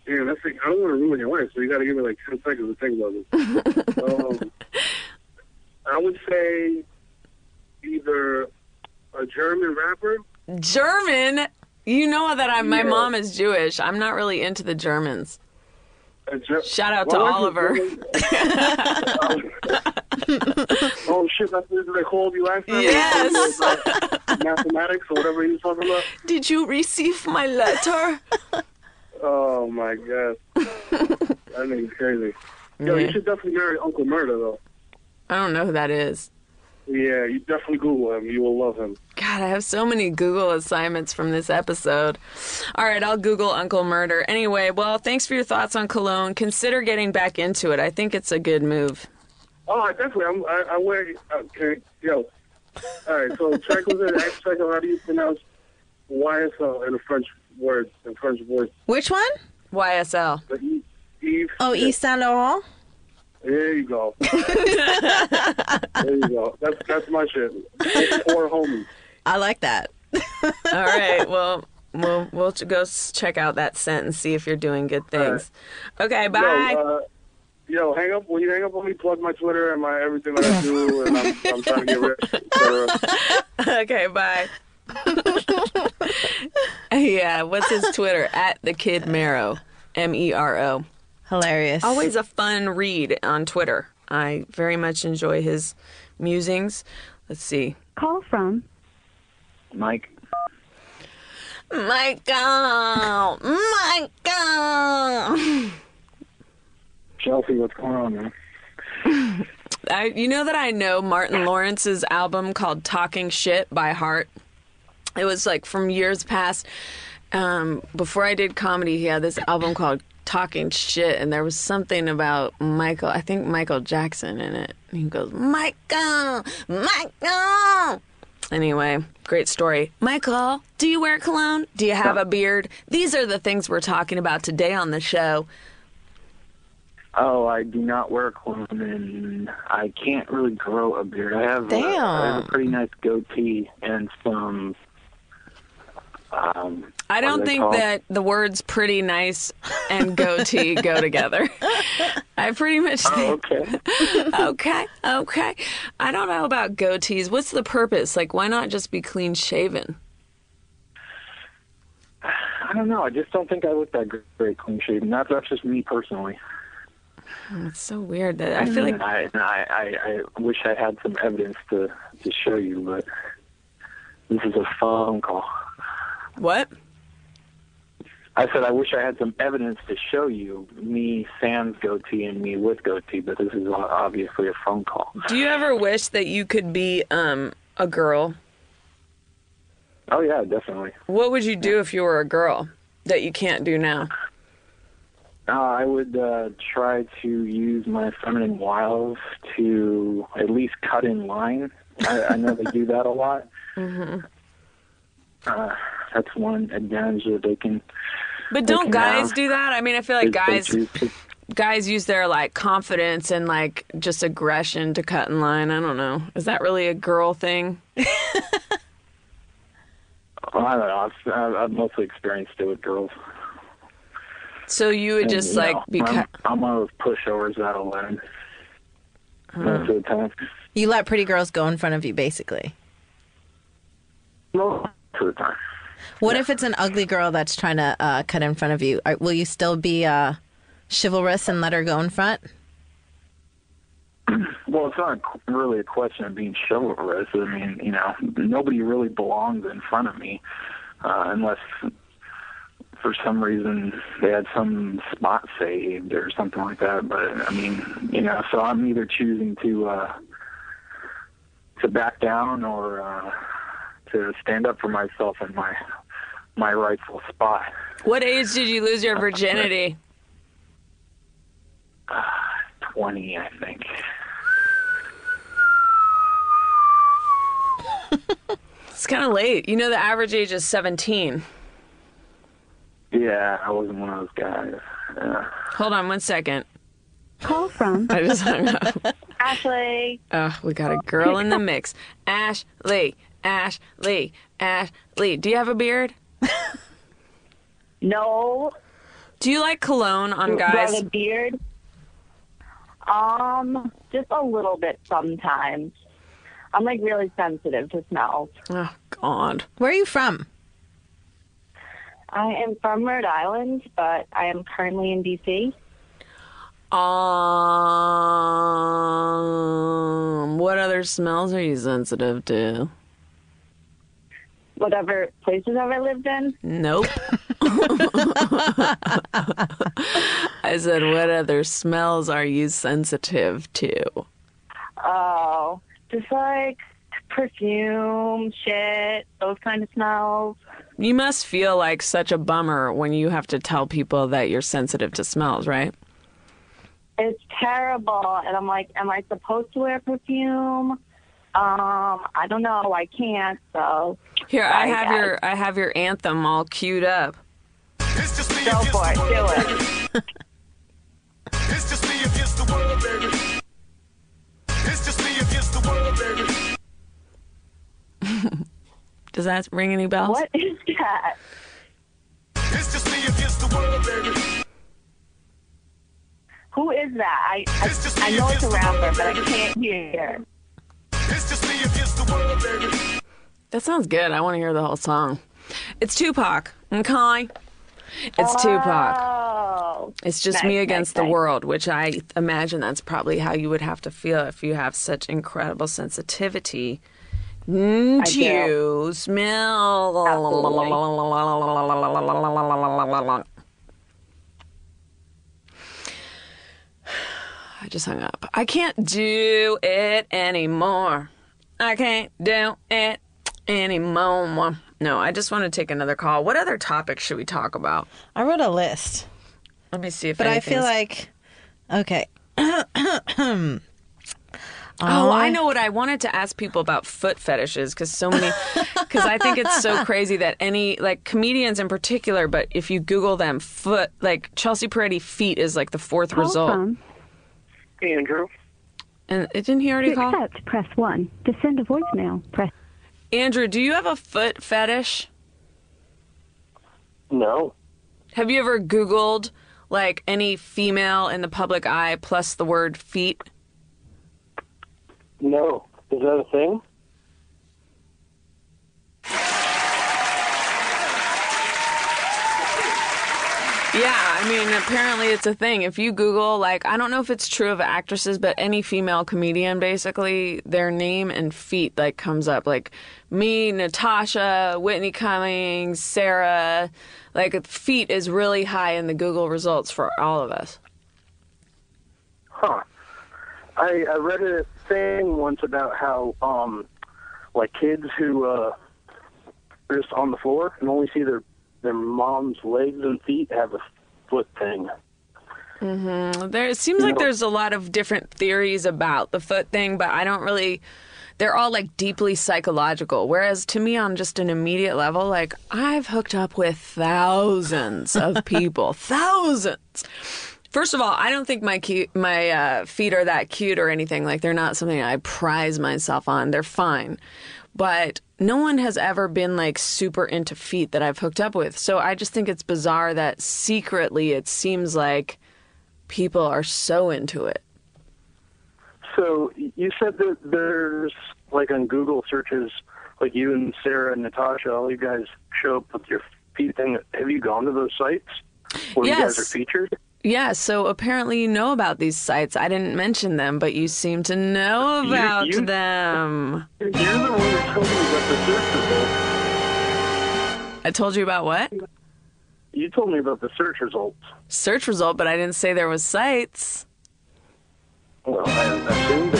F: yeah. That's like, I don't want to ruin your life, so you got to give me like ten seconds to think about this. um, I would say either a German rapper.
B: German. You know that I'm, my
F: Yeah.
B: mom is Jewish. I'm not really into the Germans.
F: A Ger-
B: Shout out
F: Why
B: to
F: was it
B: Oliver.
F: German? oh shit! That's what they called you last time.
B: Yes.
F: Mathematics or whatever he was talking about.
B: Did you receive my letter?
F: Oh my god, that nigga's crazy. Yo,
B: Yeah.
F: you should definitely marry Uncle Murder though.
B: I don't know who that is.
F: Yeah, you definitely Google him. You will love him.
B: God, I have so many Google assignments from this episode. All right, I'll Google Uncle Murder. Anyway, well, thanks for your thoughts on cologne. Consider getting back into it. I think it's a good move.
F: Oh, I definitely. I'm, I, I wear. uh, Okay, yo. All right, so check was in X check. How do you pronounce YSL in a French word? In French voice,
C: Which one?
B: YSL.
F: but Eve. Eve
C: Oh, Yves Saint Laurent.
F: E There you go. there you go. That's that's my shit. Or homie.
C: I like that.
B: All right, well, we'll we'll go s- check out that scent and see if you're doing good things. Okay, bye.
F: Yo, uh, yo, hang up. When you hang up on me, plug my Twitter and my everything that I do, and I'm, I'm trying to get rich. So, uh,
B: okay, bye. yeah, what's his Twitter? At the Kid Marrow, M E R O.
C: Hilarious.
B: Always a fun read on Twitter. I very much enjoy his musings. Let's see.
I: Call from
J: Mike.
B: Michael! Michael!
J: Chelsea, what's going on, man?
B: I, you know that I know Martin Lawrence's album called Talking Shit by Heart? It was like from years past. Um, before I did comedy, he had this album called Talking Shit, and there was something about Michael, I think Michael Jackson in it. He goes, Michael! Michael! Anyway, great story. Michael, do you wear cologne? Do you have a beard? These are the things we're talking about today on the show.
J: Oh, I do not wear cologne, and I can't really grow a beard. I have, A, I have
C: Damn.
J: a pretty nice goatee and some. Um,
B: I
J: Are
B: don't
J: they
B: think
J: called-
B: that the words pretty nice and goatee go together. I pretty much think,
J: okay.
B: okay, okay. I don't know about goatees. What's the purpose? Like, why not just be clean shaven?
J: I don't know. I just don't think I look that gr- great clean shaven. That, that's just me personally.
B: It's so weird that I feel like
J: And I, and I, I, I wish I had some evidence to, to show you, but this is a phone call.
B: what?
J: I said I wish I had some evidence to show you me sans goatee and me with goatee, but this is o- obviously a phone call.
B: Do you ever wish that you could be um a girl?
J: Oh yeah, definitely.
B: What would you do if you were a girl that you can't do now?
J: Uh, I would uh, try to use my feminine wiles to at least cut in line. I, I know they do that a lot.
B: Mm-hmm.
J: Uh, that's one advantage that they can.
B: But don't
J: can
B: guys
J: now.
B: do that? I mean, I feel like
J: if they
B: guys
J: choose to.
B: guys use their like confidence and like just aggression to cut in line. I don't know. Is that really a girl thing?
J: Well, I don't know. I've- I've, I've mostly experienced it with girls.
B: So you would
J: And,
B: just
J: you
B: like
J: know,
B: be
J: I'm,
B: cut.
J: I'm one of those pushovers that'll learn most of the time.
C: you let pretty girls go in front of you, basically.
J: Most of the time.
C: What if it's an ugly girl that's trying to uh, cut in front of you? Are, will you still be uh, chivalrous and let her go in front?
J: Well, it's not a- really a question of being chivalrous. I mean, you know, nobody really belongs in front of me uh, unless for some reason they had some spot saved or something like that. But I mean, you know, so I'm either choosing to uh, to back down or uh, to stand up for myself in my my rightful spot.
B: What age did you lose your virginity?
J: Twenty, I think.
B: It's kind of late. You know, the average age is 17.
J: Yeah, I wasn't one of those guys. Yeah.
B: Hold on one second.
I: call from
B: I just hung up.
G: Ashley.
B: Oh, we got a girl in the mix. Ashley, Ashley, Ashley. Do you have a beard?
G: No.
B: Do you like cologne on
G: Do I have
B: guys?
G: a beard? Um, just a little bit sometimes. I'm like really sensitive to smells.
B: Oh, God.
C: Where are you from?
G: I am from Rhode Island, but I am currently in DC.
B: Um, what other smells are you sensitive to?
G: Whatever places have I lived in?
B: Nope. I said, what other smells are you sensitive to?
G: Oh, Just like perfume, shit, those kind of smells.
B: You must feel like such a bummer when you have to tell people that you're sensitive to smells, right?
G: It's terrible. And I'm like, am I supposed to wear perfume? Um, I don't know. I can't. So
B: Here, I
G: Right,
B: have
G: guys.
B: your I have your anthem all queued up.
K: It's just me
G: go
K: against
G: for it.
K: the world.
G: Do it.
K: It's just me against the world, baby. It's just me against the world, baby.
B: Does that ring any bells?
G: What is that?
K: It's just me against the world, baby.
G: Who is that? I, I,
K: It's just
G: I
K: me
G: know
K: against
G: it's a
K: the
G: rapper,
K: world,
G: but I
K: baby.
G: can't hear.
K: It's just me against the world, baby.
B: That sounds good. I want to hear the whole song. It's Tupac. Okay. It's Tupac.
G: Oh.
B: It's just
G: nice,
B: me
G: nice,
B: against the
G: nice.
B: world, which I imagine that's probably how you would have to feel if you have such incredible sensitivity mm,
G: I
B: to
G: do.
B: smell. I just hung up. I can't do it anymore. I can't do it anymore. No, I just want to take another call. What other topics should we talk about?
C: I wrote a list.
B: Let me see if.
C: But I feel
B: anything's-
C: like, okay.
B: Oh, I know what I wanted to ask people about foot fetishes because so many, because I think it's so crazy that any like comedians in particular, but if you Google them, foot like Chelsea Peretti feet is like the fourth
D: Call
B: result.
D: from
F: Andrew.
B: And it didn't he already
D: To
B: call?
D: accept, press 1. To send a voicemail, press
B: Andrew, do you have a foot fetish?
F: No.
B: Have you ever Googled like any female in the public eye plus the word feet?
F: No. Is that a thing?
B: Yeah, I mean, apparently it's a thing. If you Google, like, I don't know if it's true of actresses, but any female comedian, basically, their name and feet, like, comes up. Like, me, Natasha, Whitney Cummings, Sarah. Like, feet is really high in the Google results for all of us.
F: Huh. I, I read a thing once about how, um, like kids who uh, are just on the floor and only see their their mom's legs and feet have a foot thing.
B: There it seems like there's a lot of different theories about the foot thing, but I don't really they're all like deeply psychological. Whereas to me on just an immediate level, like I've hooked up with thousands of people, thousands. First of all, I don't think my cute, my uh, feet are that cute or anything. Like they're not something I prize myself on. They're fine, but no one has ever been like super into feet that I've hooked up with. So I just think it's bizarre that secretly it seems like people are so into it.
F: So you said that there's like on Google searches, like you and Sarah and Natasha, all you guys show up with your feet thing. Have you gone to those sites where you guys
B: Yes.
F: are featured?
B: Yeah, so apparently you know about these sites. I didn't mention them, but you seem to know
F: You-
B: about
F: you-
B: them.
F: You're the one that told me about the search results.
B: I told you about what?
F: You told me about the search results.
B: Search result, but I didn't say there was sites.
F: Well, I assumed that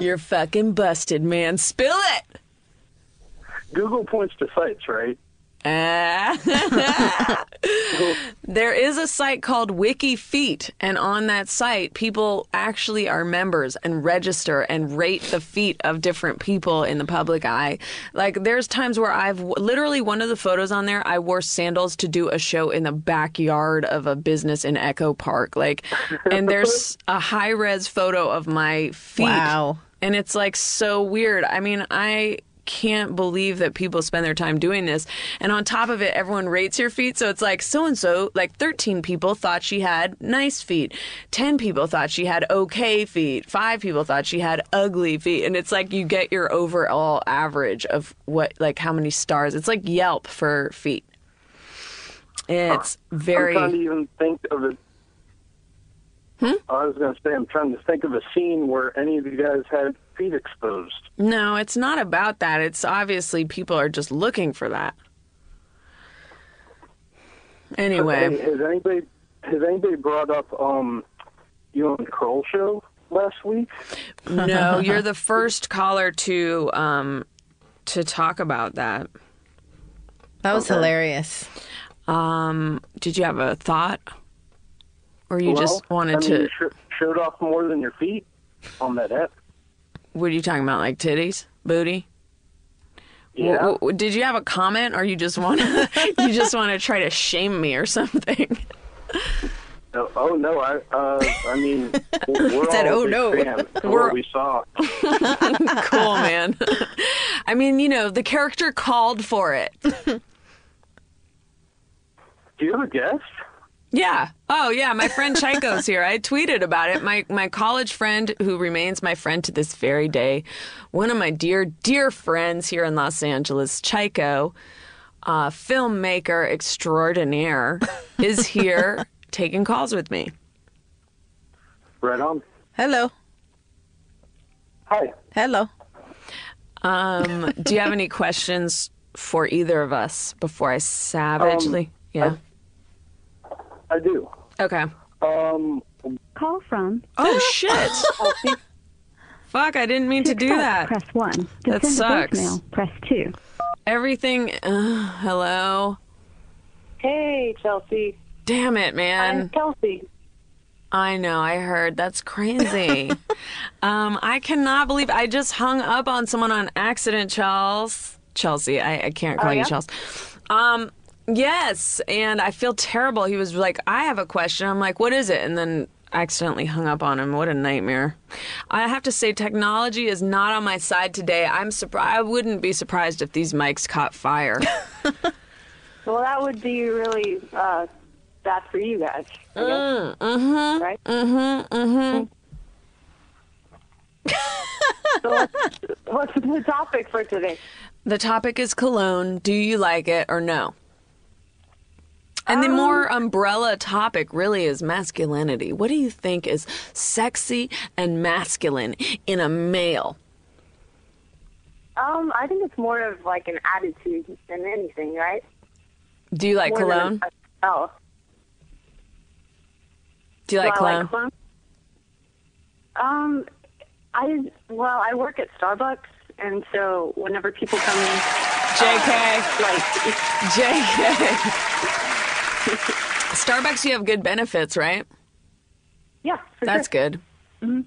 B: You're fucking busted, man. Spill it.
F: Google points to sites, right?
B: Ah. Uh, there is a site called Wiki Feet, and on that site, people actually are members and register and rate the feet of different people in the public eye. Like, there's times where I've literally one of the photos on there, I wore sandals to do a show in the backyard of a business in Echo Park. Like, and there's a high res photo of my feet.
C: Wow.
B: And it's like so weird. I mean, I can't believe that people spend their time doing this. And on top of it, everyone rates your feet. So it's like so and so, like 13 people thought she had nice feet, 10 people thought she had okay feet, 5 people thought she had ugly feet. And it's like you get your overall average of what, like how many stars. It's like Yelp for feet. It's very.
F: I'm trying to even think of it. I was going to say, I'm trying to think of a scene where any of you guys had feet exposed.
B: No, it's not about that. It's obviously people are just looking for that. Anyway,
F: Hey, has anybody has anybody brought up um, you and Kroll show? last week?
B: No, you're the first caller to um to talk about that.
C: That was hilarious.
B: Um, did you have a thought, or you just
A: Well,
B: wanted
A: I mean,
B: to?
A: You sh- showed off more than your feet on that app.
B: What are you talking about? Like titties, booty?
A: Yeah.
B: W- w- did you have a comment, or you just want to? you just want to try to shame me or something?
A: No, oh no! I uh, I mean, we're
C: Said,
A: all
C: "Oh,
A: big
C: no."
A: fans of
B: We're-
A: what we saw.
B: cool, man. I mean, you know, the character called for it.
A: Do you have a guest?
B: Yeah. Oh, yeah. My friend Chico's here. I tweeted about it. My my college friend, who remains my friend to this very day, one of my dear dear friends here in Los Angeles, Chico, uh, filmmaker extraordinaire, is here taking calls with me.
A: Right on.
C: Hello.
A: Hi.
C: Hello.
B: Um, do you have any questions for either of us before I savagely? yeah.
A: I do.
B: okay.
A: Um,
D: Call from
B: Oh shit! Fuck! I didn't mean to do
D: accept,
B: that.
D: Press one. To
B: That
D: send
B: sucks.
D: a voicemail, press two.
B: Everything. Uh, hello.
G: Hey, Chelsea.
B: Damn it,
G: I'm
B: man.
G: Kelsey.
B: I know. I heard. That's crazy. um, I cannot believe I just hung up on someone on accident, Charles. Chelsea. I, I can't call
G: Oh,
B: you
G: yeah?
B: Charles. Um, yes. And I feel terrible. He was like, I have a question. I'm like, what is it? And then accidentally hung up on him. What a nightmare. I have to say, technology is not on my side today. I'm surprised. I wouldn't be surprised if these mics caught fire.
G: Well, that would be really uh, bad for you guys. I guess.
B: mm-hmm.
G: Right.
B: Mm-hmm. Mm-hmm.
G: Mm. So what's, what's the topic for today?
B: The topic is cologne. Do you like it or no? And the more
G: Um,
B: umbrella topic really is masculinity. What do you think is sexy and masculine in a male?
G: Um, I think it's more of like an attitude than anything, right?
B: Do you like
G: More than
B: cologne?
G: a- oh,
B: Do you like
G: do I
B: cologne?
G: like cologne? Um, I well, I work at Starbucks, and so whenever people come in,
B: JK.
G: like
B: JK. Starbucks, you have good benefits, right?
G: yeah, for
B: That's
G: sure. Mm-hmm.
B: good.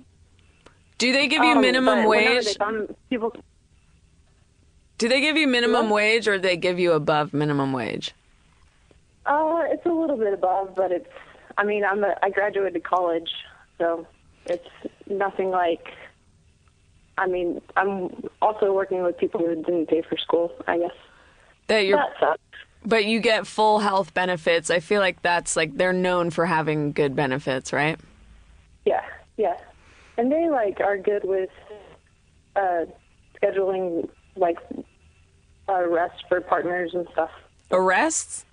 B: Do they give you
G: Um,
B: minimum
G: but whenever
B: wage?
G: they come, people,
B: Do they give you minimum wage or they give you above minimum wage?
G: uh, it's a little bit above, but it's. I mean, I'm a, I graduated college, so it's nothing like. I mean, I'm also working with people who didn't pay for school. I guess
B: That you're
G: that sucks.
B: But you get full health benefits. I feel like that's like they're known for having good benefits, right?
G: Yeah, yeah. And they like are good with uh, scheduling like uh, rest for partners and stuff.
B: Arrests?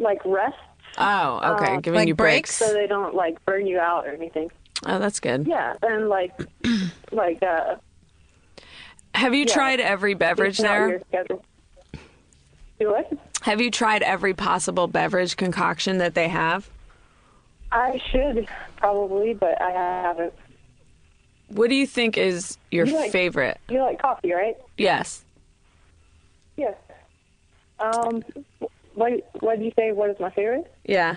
G: Like rest,
B: Oh, okay.
G: Uh,
B: Giving
C: like
B: you breaks.
G: so they don't like burn you out or anything.
B: Oh, that's good.
G: Yeah, and like like uh,
B: Have you
G: Yeah.
B: tried every beverage
G: it's not
B: there?
G: Your schedule. Do what?
B: Have you tried every possible beverage concoction that they have?
G: I should probably, but I haven't.
B: What do you think is your
G: You like-
B: favorite?
G: You like coffee, right?
B: Yes.
G: Yes. Um, what what did you say? What is my favorite?
B: Yeah.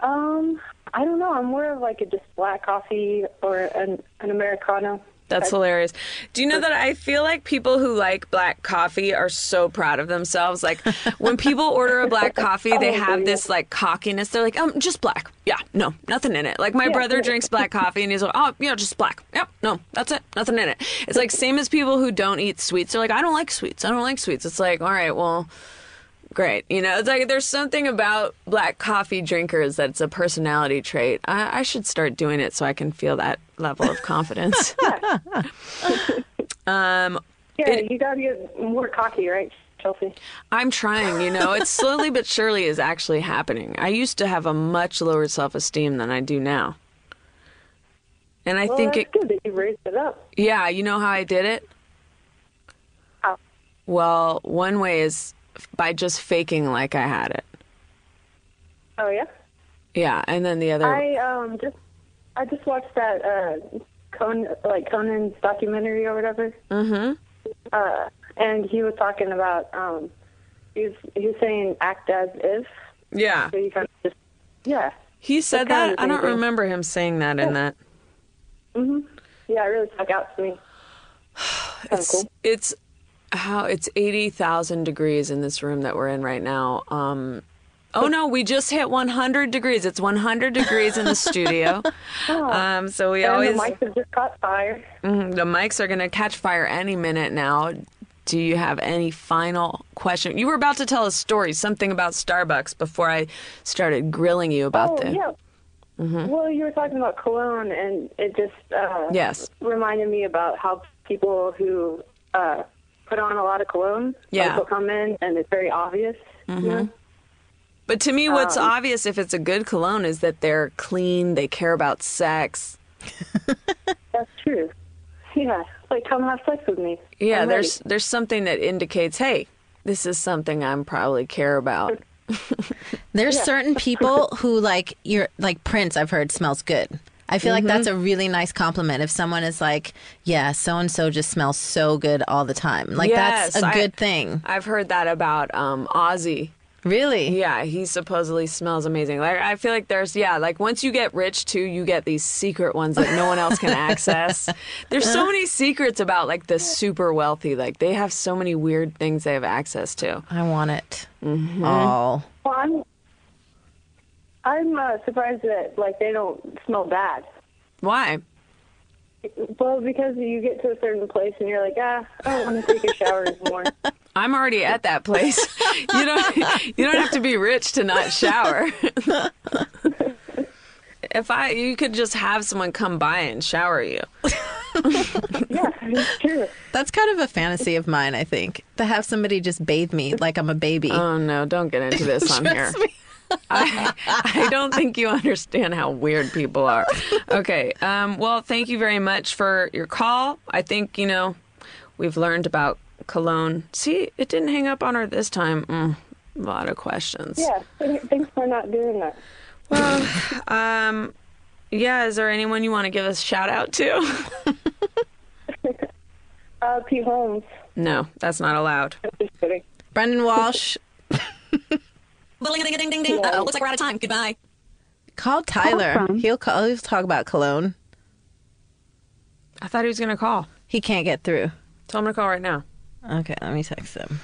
G: Um, I don't know. I'm more of like a just black coffee or an an americano.
B: That's hilarious. Do you know that I feel like people who like black coffee are so proud of themselves? Like when people order a black coffee, they have this like cockiness. They're like, um, just black. Yeah, no, nothing in it. Like my brother drinks black coffee and he's like, oh, yeah, just black. Yep, no, that's it, nothing in it. It's like same as people who don't eat sweets. They're like, I don't like sweets. I don't like sweets. It's like, all right, well, great. You know, it's like there's something about black coffee drinkers that's a personality trait. I, I should start doing it so I can feel that level of confidence. um,
G: Yeah,
B: It-
G: you gotta get more cocky, right, Chelsea?
B: I'm trying, you know, it's slowly but surely is actually happening. I used to have a much lower self esteem than I do now. And I
G: Well,
B: think
G: that's
B: it,
G: good that you raised it up.
B: yeah, you know how I did it?
G: How?
B: Well, one way is by just faking like I had it.
G: Oh yeah.
B: Yeah. And then the other,
G: I um just I just watched that uh, Conan, like Conan's documentary or whatever.
B: Mm-hmm.
G: Uh, and he was talking about um, he was he was saying act as if.
B: Yeah.
G: So you kind of just yeah.
B: He said
G: kind
B: that.
G: of
B: I don't
G: thing.
B: remember him saying that in that.
G: hmm Yeah, it really stuck out to me.
B: It's it's how it's 80,000 degrees in this room that we're in right now. Um Oh no, we just hit 100 degrees. It's 100 degrees in the studio. Um so we
G: Oh. and
B: always
G: the mics have just caught fire.
B: Mhm, the mics are going to catch fire any minute now. Do you have any final question? You were about to tell a story, something about Starbucks before I started grilling you about
G: oh
B: this.
G: yeah.
B: Mm-hmm.
G: Well, you were talking about cologne, and it just uh,
B: Yes.
G: reminded me about how people who uh, put on a lot of cologne,
B: Yeah. Mm-hmm.
G: like, will come in, and it's very obvious. you know?
B: But to me, what's
G: Um,
B: obvious if it's a good cologne is that they're clean, they care about sex.
G: That's true. Yeah, like come have sex with me.
B: Yeah,
G: I'm
B: there's there's something that indicates, hey, this is something I'm probably care about.
C: There's certain people who like you're like Prince. I've heard smells good. I feel like that's a really nice compliment if someone is like, yeah, so and so just smells so good all the time. Like that's
B: Yes,
C: a
B: I-
C: good thing.
B: I've heard that about um, Ozzy.
C: Really?
B: Yeah, he supposedly smells amazing. Like I feel like there's yeah, like once you get rich too, you get these secret ones that no one else can access. There's
C: Uh-huh.
B: so many secrets about like the super wealthy. Like they have so many weird things they have access to.
C: I want it. Oh.
G: Well, I'm, I'm uh, surprised that like they don't smell bad.
B: Why?
G: Well, because you get to a certain place and you're like, ah, I don't want to take a shower anymore.
B: I'm already at that place. you don't you don't have to be rich to not shower. if I you could just have someone come by and shower you.
G: yeah, it's true.
C: That's kind of a fantasy of mine, I think, to have somebody just bathe me like I'm a baby.
B: Oh no, don't get into this on here.
C: Trust me.
B: I, I don't think you understand how weird people are. Okay. Um, well, thank you very much for your call. I think, you know, we've learned about cologne. See, it didn't hang up on her this time. Mm, a lot of questions.
G: Yeah, thanks for not doing that.
B: Well, um, yeah, is there anyone you want to give a shout out to?
G: Uh, Pete Holmes.
B: no, that's not allowed.
G: Just kidding.
C: Brendan Walsh.
G: Uh-oh,
B: looks like we're out of time. Goodbye.
C: Call Tyler.
D: from-
C: He'll call. He'll talk about cologne.
B: I thought he was going to call.
C: He can't get through.
B: Tell him to call right now.
C: Okay, let me text him.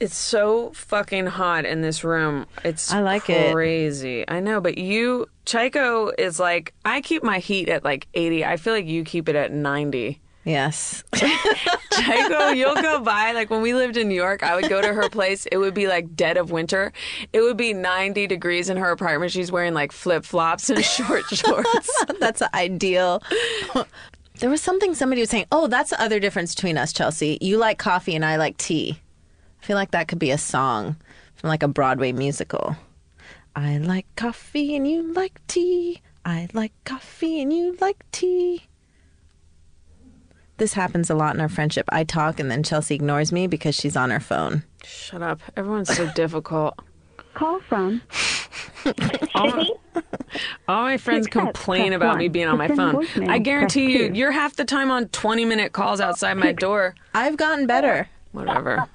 B: It's so fucking hot in this room. It's
C: I like
B: crazy.
C: it.
B: I know, but you Chico is like I keep my heat at like 80. I feel like you keep it at 90.
C: Yes.
B: Chico, you'll go by like when we lived in New York, I would go to her place. It would be like dead of winter. It would be 90 degrees in her apartment. She's wearing like flip-flops and short shorts.
C: that's the ideal. there was something somebody was saying. Oh, that's the other difference between us, Chelsea. You like coffee and I like tea. I feel like that could be a song from like a Broadway musical. I like coffee and you like tea. I like coffee and you like tea. This happens a lot in our friendship. I talk and then Chelsea ignores me because she's on her phone.
B: Shut up. Everyone's so difficult.
D: Call from
B: All my friends
D: Six,
B: complain
D: press
B: about
D: one.
B: me being on
D: To
B: my
D: send
B: phone.
D: voicemail,
B: I
D: press
B: guarantee you,
D: two.
B: you're half the time on 20-minute calls outside my door.
C: I've gotten better.
B: whatever.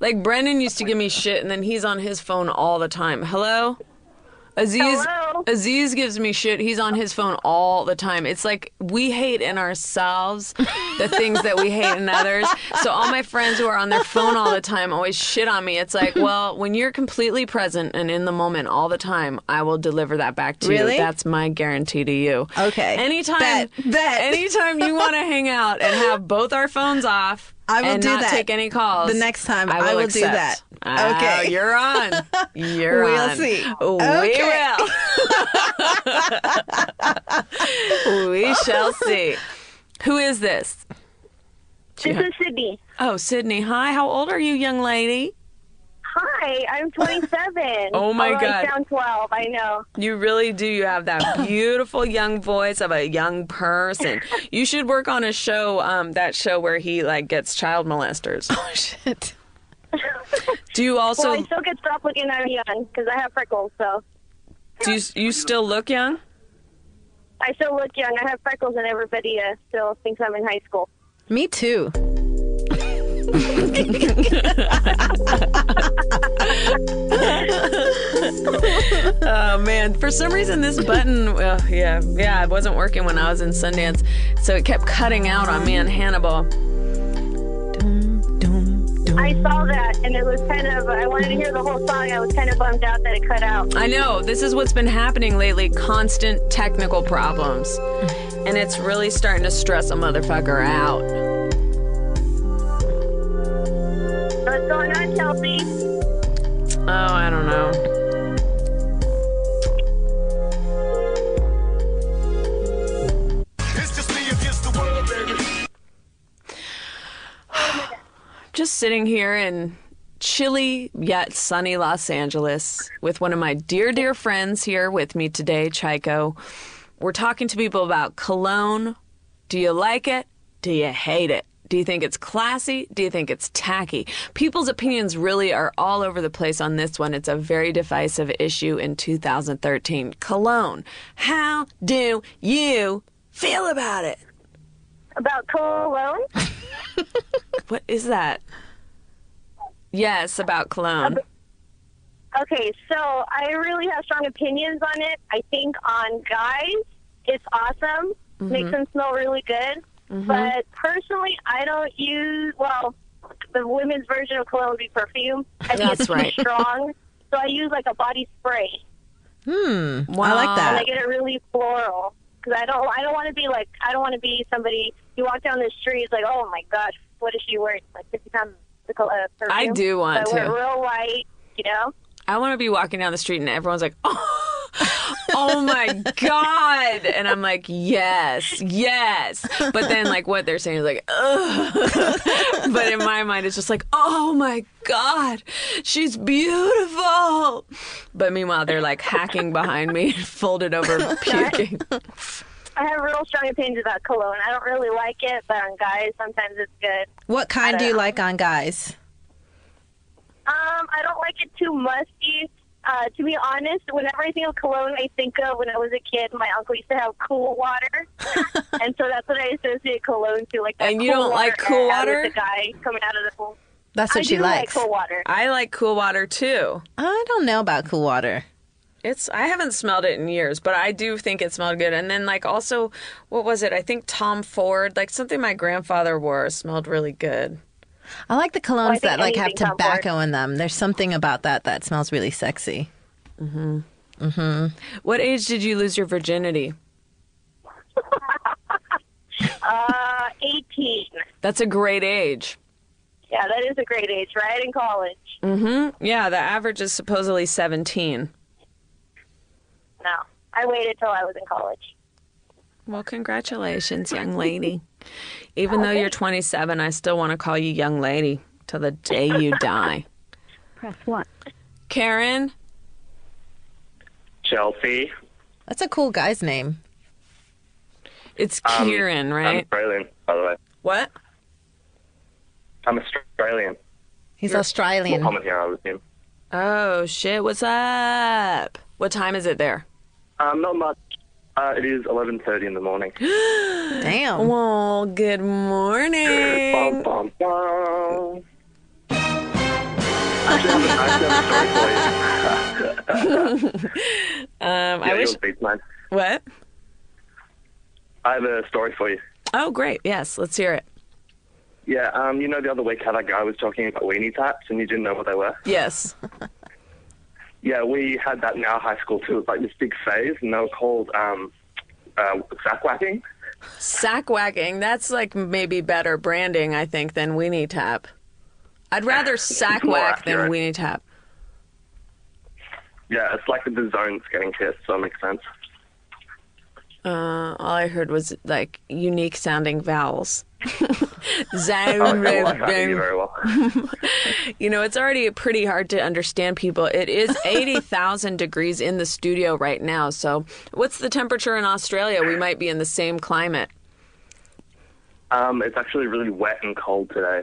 B: like Brendan used to give me shit, and then he's on his phone all the time. Hello, Aziz.
G: Hello?
B: Aziz gives me shit. He's on his phone all the time. It's like we hate in ourselves the things that we hate in others. So all my friends who are on their phone all the time always shit on me. It's like, well, when you're completely present and in the moment all the time, I will deliver that back to
C: Really?
B: you. That's my guarantee to you.
C: Okay.
B: Anytime.
C: Bet, bet.
B: Anytime you want to hang out and have both our phones off.
C: I will
B: and
C: do
B: not
C: that.
B: take any calls.
C: The next time, I will do
B: accept.
C: that.
B: Ah,
C: Okay.
B: you're on. You're
C: We'll
B: on.
C: see.
B: We
C: Okay.
B: will. we shall see. Who is this?
L: This is Sydney.
B: Oh, Sydney. Hi. How old are you, young lady?
L: Hi, I'm 27.
B: Oh, my
L: Although
B: God.
L: I sound 12. I know.
B: You really do. You have that beautiful young voice of a young person. You should work on a show, um, that show where he like gets child molesters.
C: Oh, shit.
B: Do you also
L: Well, I still get stopped looking at me young because I have freckles. So
B: do you, you still look young?
L: I still look young. I have freckles, and everybody uh, still thinks I'm in high school.
C: Me too.
B: oh man! For some reason, this button, oh, yeah, yeah, it wasn't working when I was in Sundance, so it kept cutting out on me and Hannibal.
L: I saw that, and it was kind of. I wanted to hear the whole song. I was kind of bummed out that it cut out.
B: I know this is what's been happening lately: constant technical problems, and it's really starting to stress a motherfucker out.
L: What's going on, Chelsea?
B: Oh, I don't know.
K: It's just me against the world, baby.
B: Just sitting here in chilly yet sunny Los Angeles with one of my dear, dear friends here with me today, Chico. We're talking to people about cologne. Do you like it? Do you hate it? Do you think it's classy? Do you think it's tacky? People's opinions really are all over the place on this one. It's a very divisive issue in 2013. Cologne. How do you feel about it?
L: About cologne?
B: What is that? Yes, about cologne.
L: Okay, so I really have strong opinions on it. I think on guys, it's awesome. Makes
B: Mm-hmm.
M: Mhm.
L: them smell really good.
M: Mhm.
L: But personally, I don't use well. The women's version of cologne would be perfume. I think
C: That's
L: it's too
C: right.
L: strong, so I use like a body spray.
C: Hmm. I like
L: And I
C: that.
L: get it really floral because I don't. I don't want to be like. I don't want to be somebody. You walk down the street, it's like, oh my gosh, what is she wearing? Like fifty pounds of col- uh, perfume.
B: I do want
L: so I
B: to.
L: wear real white, you know.
B: I want to be walking down the street and everyone's like, oh, oh my God. And I'm like, yes, yes. But then, like, what they're saying is like, ugh. But in my mind, it's just like, oh my God, she's beautiful. But meanwhile, they're like hacking behind me, folded over, puking.
L: I have real strong opinions about cologne. I don't really like it, but on guys, sometimes it's good.
C: What kind
L: I
C: do you
L: don't
C: like on guys?
L: Um, I don't like it too musty. Uh, to be honest, whenever I think of cologne, I think of when I was a kid, my uncle used to have cool water, and so that's what I associate cologne to. Like, that
B: And you
L: cool
B: don't like cool
L: ad
B: water?
L: With the guy coming out of the pool.
C: That's
L: I
C: what she
L: do like
C: likes.
L: cool water.
B: I like cool water too.
C: I don't know about cool water.
B: It's I haven't smelled it in years, but I do think it smelled good. And then like also, what was it? I think Tom Ford, like something my grandfather wore, smelled really good.
C: I like the colognes
B: think
C: that like have
B: anything Tom Ford.
C: tobacco in them. There's something about that that smells really sexy.
B: Mm-hmm.
C: hmm
B: What age did you lose your virginity?
L: Uh, eighteen.
B: That's a great age.
L: Yeah, that is a great age, right? In college.
B: Mm-hmm. Yeah, the average is supposedly seventeen.
L: No, I waited till I was in college.
B: Well, congratulations, young lady. Even though you're 27, I still want to call you young lady till the day you die.
D: Press one.
B: Karen,
E: Chelsea.
C: That's a cool guy's name.
B: it's
E: Um,
B: Kieran,
E: I'm
B: right?
E: Australian, by the way.
B: What?
E: I'm Australian.
C: He's
E: You're-
C: Australian.
E: Well, I'm here, I assume.
B: Oh shit! What's up? What time is it there?
E: Um, not much. Uh, it is 11.30 in the morning.
C: Damn.
B: Well, good morning.
E: Bum, bum, bum. Actually, I have a- I have a story for you.
B: Um,
E: Yeah,
B: I wish.
E: you'll be fine.
B: What?
E: I have a story for you.
B: Oh, great. Yes, let's hear it.
E: Yeah, um, you know the other week how that guy was talking about weenie taps and you didn't know what they were?
B: Yes.
E: Yeah, we had that in our high school too. It's like this big phase and they were called um, uh, sack whacking.
B: Sack whacking. That's like maybe better branding, I think, than weenie tap. I'd rather sack
E: more
B: whack than
E: accurate.
B: weenie tap.
E: Yeah, it's like the zones getting kissed, so it makes sense.
B: Uh, all I heard was like unique sounding vowels.
E: I
B: Zang,
E: don't like that
B: bang.
E: either very Oh, well.
B: You know, it's already pretty hard to understand people. It is 80,000 degrees in the studio right now. So, what's the temperature in Australia? We might be in the same climate.
E: Um, it's actually really wet and cold today.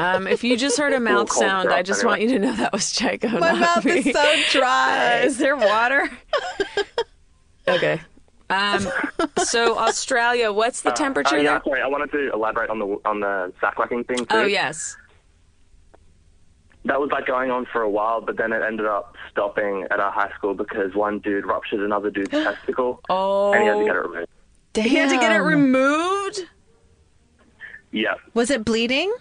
B: Um, if you just heard a mouth
E: cold
B: sound,
E: drop
B: I just
E: anyway.
B: want you to know that was Chico.
C: My
B: not
C: mouth is
B: me.
C: so dry.
B: is there water? Okay. Um, so Australia, what's the
M: Uh,
B: temperature
M: uh, yeah,
B: there?
M: sorry, I wanted to elaborate on the on the sack whacking thing. Too.
B: Oh yes.
M: That was like going on for a while, but then it ended up stopping at our high school because one dude ruptured another dude's testicle,
B: Oh.
M: and he had to get it removed.
B: He had to get it removed.
M: Yeah.
C: Was it bleeding?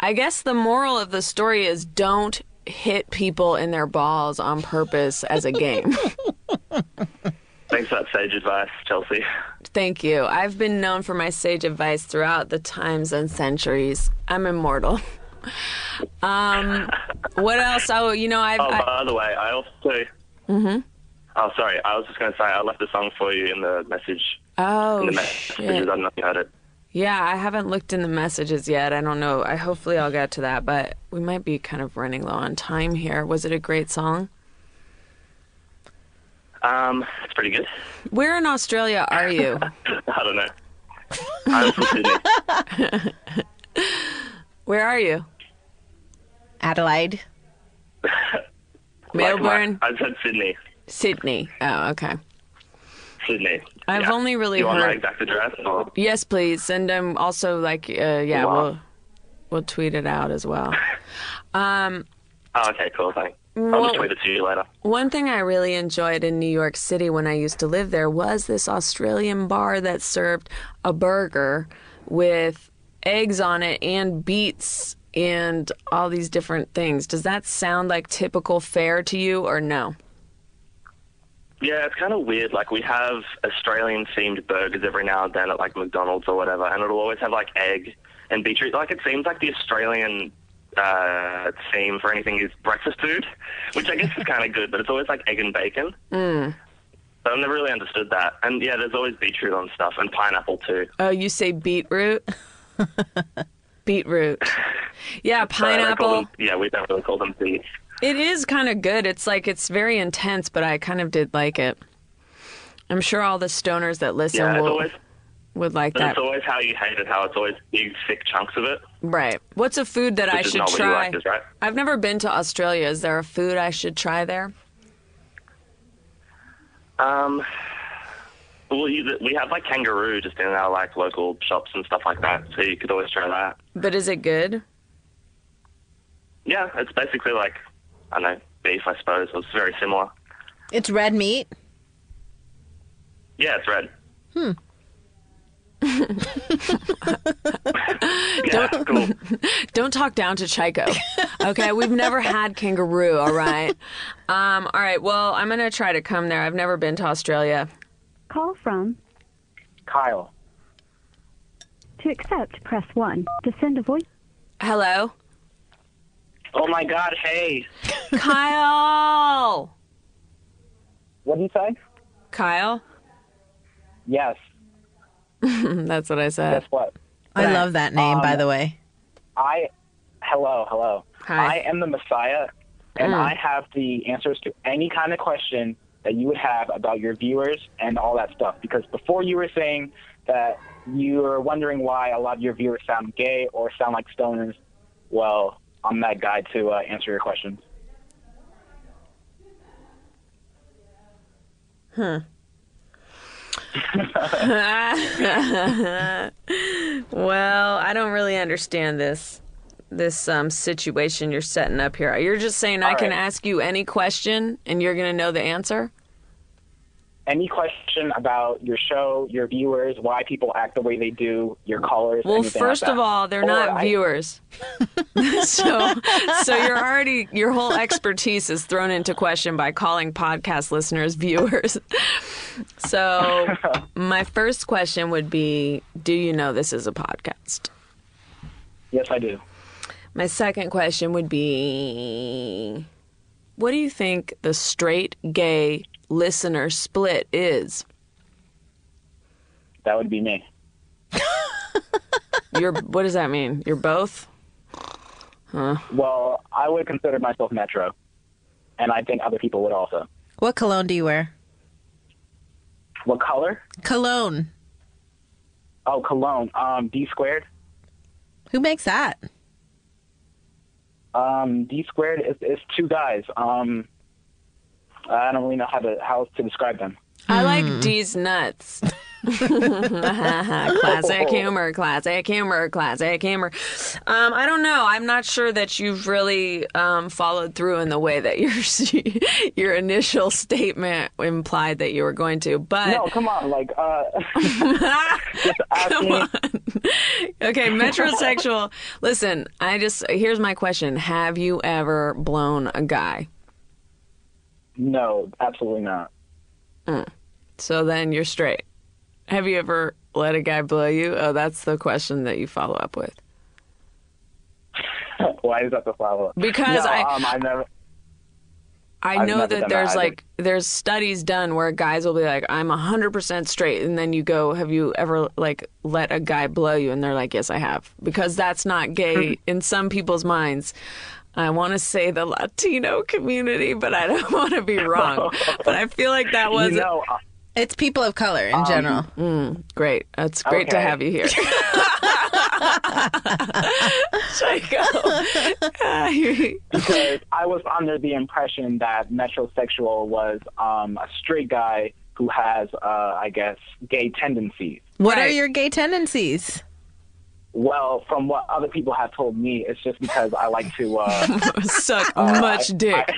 B: I guess the moral of the story is don't hit people in their balls on purpose as a game.
M: Thanks for that sage advice, Chelsea.
B: Thank you. I've been known for my sage advice throughout the times and centuries. I'm immortal. Um, what else? Oh, you know, I've.
M: oh, by the way, I also.
B: hmm
M: Oh, sorry. I was just going to say I left a song for you in the message. in
B: Oh,
M: the messages.
B: shit.
M: I don't know if you heard it.
B: Yeah, I haven't looked in the messages yet. I don't know. I hopefully I'll get to that, but we might be kind of running low on time here. Was it a great song?
M: Um, it's pretty good.
B: Where in Australia are you?
M: I don't know. I'm from Sydney.
B: Where are you?
C: Adelaide.
M: Like my-
B: Melbourne,
M: I said Sydney.
B: Sydney. Oh, okay.
M: Sydney.
B: I've
M: Yeah.
B: only really
M: you want my
B: heard.
M: exact address? Or...
B: Yes, please. And um, also, like, uh, yeah,
M: Wow.
B: we'll we'll tweet it out as well. Um,
M: Oh, okay, cool. Thanks. I'll
B: Well-
M: just tweet it to you later.
B: One thing I really enjoyed in New York City when I used to live there was this Australian bar that served a burger with eggs on it and beets and all these different things. Does that sound like typical fare to you or no?
M: Yeah, it's kind of weird. Like we have Australian themed burgers every now and then at like McDonald's or whatever, and it'll always have like egg and beetroot. Like it seems like the Australian uh, theme for anything is breakfast food, which I guess is kind of good, but it's always like egg and bacon.
B: Mm.
M: But I've never really understood that. And yeah, there's always beetroot on stuff and pineapple too.
B: Oh, you say beetroot? beetroot. Yeah,
M: So they call
B: pineapple.
M: them- yeah, we don't really call them beets.
B: It is kind of good. It's like it's very intense, but I kind of did like it. I'm sure all the stoners that listen
M: Yeah, it's
B: will,
M: always-
B: would like
M: But
B: that.
M: it's always how you hate it, how it's always big, thick chunks of it.
B: Right. What's a food that
M: which
B: I
M: is
B: should
M: not
B: try?
M: What you like, is, right?
B: I've never been to Australia. Is there a food I should try there?
M: Um, well, you, we have like kangaroo just in our like local shops and stuff like that, so you could always try that.
B: But is it good?
M: Yeah, it's basically like I don't know beef, I suppose. It's very similar.
C: It's red meat.
M: Yeah, it's red.
C: Hmm.
M: Yeah, cool.
B: Don't talk down to Chico. Okay, we've never had kangaroo, all right? Um, all right, well, I'm going to try to come there. I've never been to Australia.
D: Call from
A: Kyle.
D: to accept, press 1. To send a voice.
B: Hello?
A: Oh my God! Hey,
B: Kyle!
A: what do you say?
B: Kyle?
A: Yes.
B: That's what I said.
A: Guess what?
C: I love that name, by the way.
A: I, hello, hello.
B: Hi.
A: I am the Messiah, and
B: Mm.
A: I have the answers to any kind of question that you would have about your viewers and all that stuff. Because before you were saying that you were wondering why a lot of your viewers sound gay or sound like stoners. Well, I'm that guy to uh, answer your questions.
B: Huh. well, I don't really understand this this um, situation you're setting up here. You're just saying I
A: All
B: can
A: right.
B: ask you any question and you're going to know the answer.
A: Any question about your show, your viewers, why people act the way they do, your callers?
B: Well,
A: anything like
B: first
A: that.
B: of all, they're
A: Or
B: not
A: I-
B: viewers, so so you're already your whole expertise is thrown into question by calling podcast listeners viewers. So my first question would be, do you know this is a podcast?
A: Yes, I do.
B: My second question would be What do you think the straight gay listener split is?
A: That would be me.
B: You're what does that mean? You're both? Huh.
A: Well, I would consider myself metro, and I think other people would also.
C: What cologne do you wear?
N: What color?
C: Cologne.
N: Oh, cologne. Um, D squared.
C: Who makes that?
N: Um, D squared is, is two guys. Um, I don't really know how to how to describe them.
B: I like D's nuts. classic humor, classic humor, classic humor. Um, I don't know. I'm not sure that you've really um, followed through in the way that your your initial statement implied that you were going to. But
N: no, come on, like uh,
B: Come on. okay, metrosexual. Listen, I just here's my question: Have you ever blown a guy?
N: no, absolutely not.
B: Mm. So then you're straight. Have you ever let a guy blow you? Oh, that's the question that you follow up with.
N: Why is that the follow up?
B: Because
N: No,
B: I-
N: um, I never.
B: I
N: I've
B: know
N: never
B: that
N: done
B: there's
N: that. I
B: like there's studies done where guys will be like, I'm hundred percent straight, and then you go, Have you ever like let a guy blow you? And they're like, Yes, I have, because that's not gay
N: Hmm.
B: in some people's minds. I want to say the Latino community, but I don't want to be wrong. but I feel like that was
N: uh,
C: it's people of color in general.
B: Mm, great, that's great to
C: Okay.
B: have you here. Ah,
N: because I was under the impression that metrosexual was um, a straight guy who has, uh, I guess, gay tendencies.
C: What are your gay tendencies?
N: Well, from what other people have told me, it's just because I like to uh,
B: suck
N: uh,
B: much
N: I-
B: dick.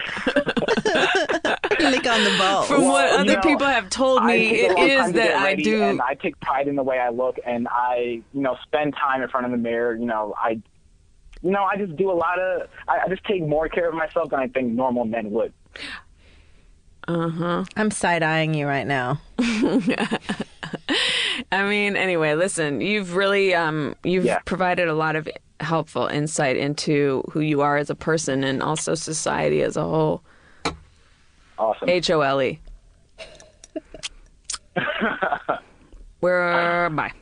C: Lick on the ball.
B: From what
N: Well, you
B: other
N: know,
B: people have told
N: I
B: me,
N: take a
B: it
N: long time
B: is
N: to
B: that
N: get
B: I
N: ready,
B: do.
N: and I take pride in the way I look, and I, you know, spend time in front of the mirror. You know, I, you know, I just do a lot of. I, I just take more care of myself than I think normal men would.
B: Uh huh.
C: I'm side eyeing you right now.
B: I mean, anyway, listen, you've really um you've
C: Yeah.
B: provided a lot of helpful insight into who you are as a person and also society as a whole.
N: Awesome.
B: H O L E. We're bye.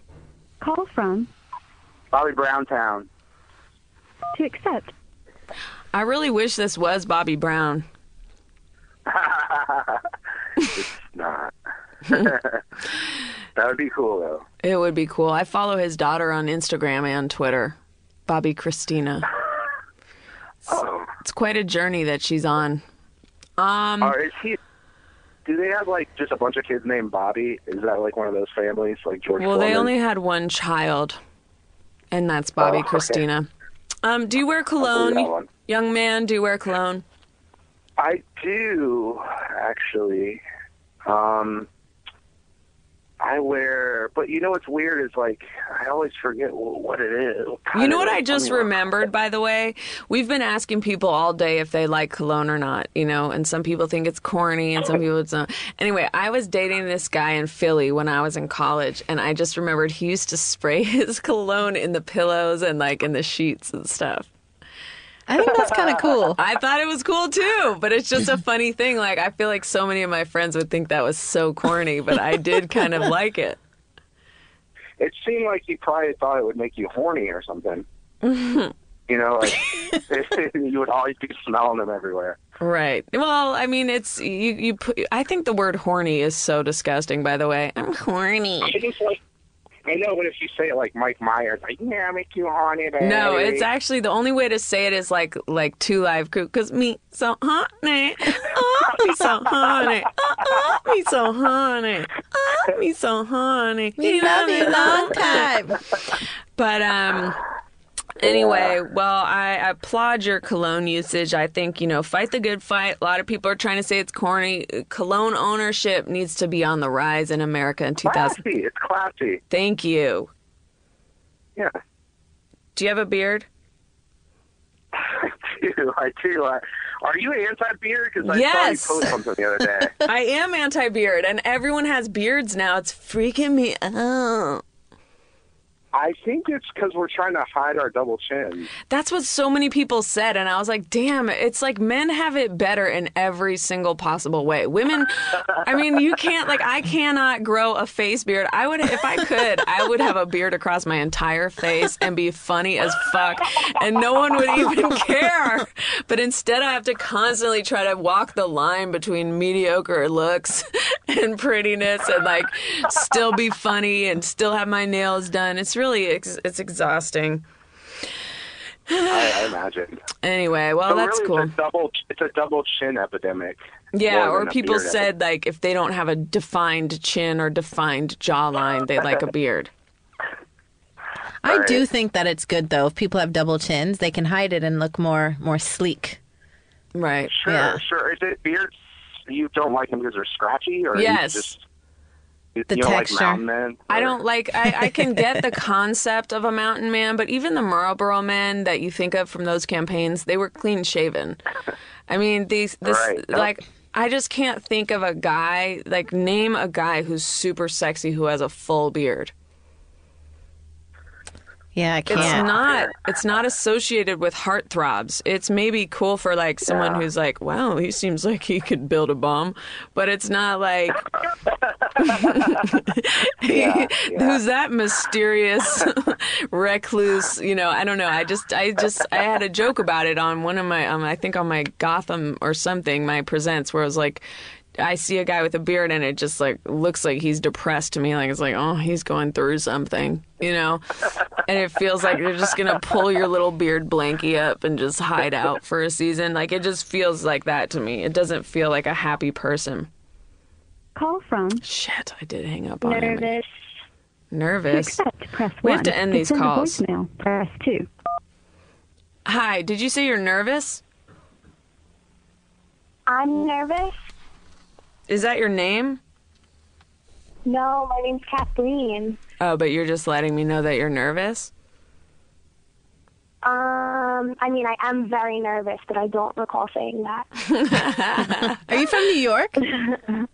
O: Call from
F: Bobby Browntown.
O: to accept.
B: I really wish this was Bobby Brown.
F: it's not. that would be cool though.
B: It would be cool. I follow his daughter on Instagram and Twitter, Bobby Christina.
F: Oh.
B: It's quite a journey that she's on. Um,
F: Or is he? Do they have like just a bunch of kids named Bobby? Is that like one of those families like George?
B: well, they
F: Foreman?
B: only had one child, and that's Bobby
F: Oh, okay.
B: Christina. Um, do you wear
F: believe that
B: cologne,
F: one.
B: young man? Do you wear cologne?
F: I do actually. Um, I wear, but you know what's weird is like I always forget wh- what it is.
B: You
F: kind
B: know
F: of
B: what
F: it-
B: I just
F: mean,
B: remembered, by the way? We've been asking people all day if they like cologne or not, you know, and some people think it's corny and some people it's not. Anyway, I was dating this guy in Philly when I was in college, and I just remembered he used to spray his cologne in the pillows and like in the sheets and stuff.
C: I think that's kind of cool.
B: I thought it was cool too, but it's just a funny thing. Like, I feel like so many of my friends would think that was so corny, but I did kind of like it.
F: It seemed like you probably thought it would make you horny or something. You know, like you would always be smelling them everywhere.
B: Right. Well, I mean, it's you. You put. I think the word "horny" is so disgusting. By the way, I'm horny.
F: I just like. I know, but if you say it like Mike Myers, like yeah, I make you horny. Baby.
B: No, it's actually the only way to say it is like like two live crew because me so honey, oh me so honey, oh, oh me so honey, oh me so honey.
C: We love you long time.
B: But um. Anyway, well, I applaud your cologne usage. I think, you know, fight the good fight. A lot of people are trying to say it's corny. Cologne ownership needs to be on the rise in America in 2000.
F: classy. It's classy.
B: Thank you.
F: Yeah.
B: Do you have a beard?
F: do. I do. I, are you anti beer? Because I
B: Yes.
F: saw you post something the other day.
B: I am anti beard, and everyone has beards now. It's freaking me out.
J: I think it's because we're trying to hide our double chin.
B: That's what so many people said, and I was like, damn, it's like men have it better in every single possible way. Women, I mean, you can't, like, I cannot grow a face beard. I would, if I could, I would have a beard across my entire face and be funny as fuck, and no one would even care. But instead, I have to constantly try to walk the line between mediocre looks and prettiness and, like, still be funny and still have my nails done. It's really, ex- it's exhausting.
J: I, I imagine.
B: Anyway, well,
J: But
B: Oh, that's
J: Oh, really,
B: cool.
J: It's a double. It's a double chin epidemic.
B: Yeah,
J: more
B: or
J: than a
B: people
J: beard
B: said like if they don't have a defined chin or defined jawline, they like a beard.
C: I do think that it's good though. If people have double chins, they can hide it and look more more sleek.
B: Right.
J: Sure, sure. Is it beards you don't like them because they're scratchy, or
B: Yes.
J: you just you,
B: The
J: you don't
B: texture.
J: like mountain men?
B: I don't like. I, I can get the concept of a mountain man, but even the Marlboro men that you think of from those campaigns, they were clean shaven. I mean, these this
P: Right.
B: like I just can't think of a guy like name a guy who's super sexy who has a full beard.
C: Yeah, I
B: It's
C: can't.
B: not. It's not associated with heartthrobs. It's maybe cool for like someone who's like, wow, he seems like he could build a bomb, but it's not like who's that mysterious recluse? You know, I don't know. I just, I just, I had a joke about it on one of my, um, I think on my Gotham or something, my presents, where I was like. I see a guy with a beard and it just like looks like he's depressed to me. Like it's like, oh, he's going through something, you know? And it feels like they're just gonna pull your little beard blankie up and just hide out for a season. Like it just feels like that to me. It doesn't feel like a happy person.
D: Call from
B: Shit, I did hang up on him.
D: nervous.
B: Nervous.
D: To accept, press
B: We
D: one.
B: have to end these
D: send a
B: calls.
D: voicemail, press two.
B: Hi, did you say you're nervous?
L: I'm nervous.
B: Is that your name?
L: No, my name's Kathleen.
B: Oh, but you're just letting me know that you're nervous?
L: Um, I mean, I am very nervous, but I don't recall saying that.
C: Are you from New York?
L: I'm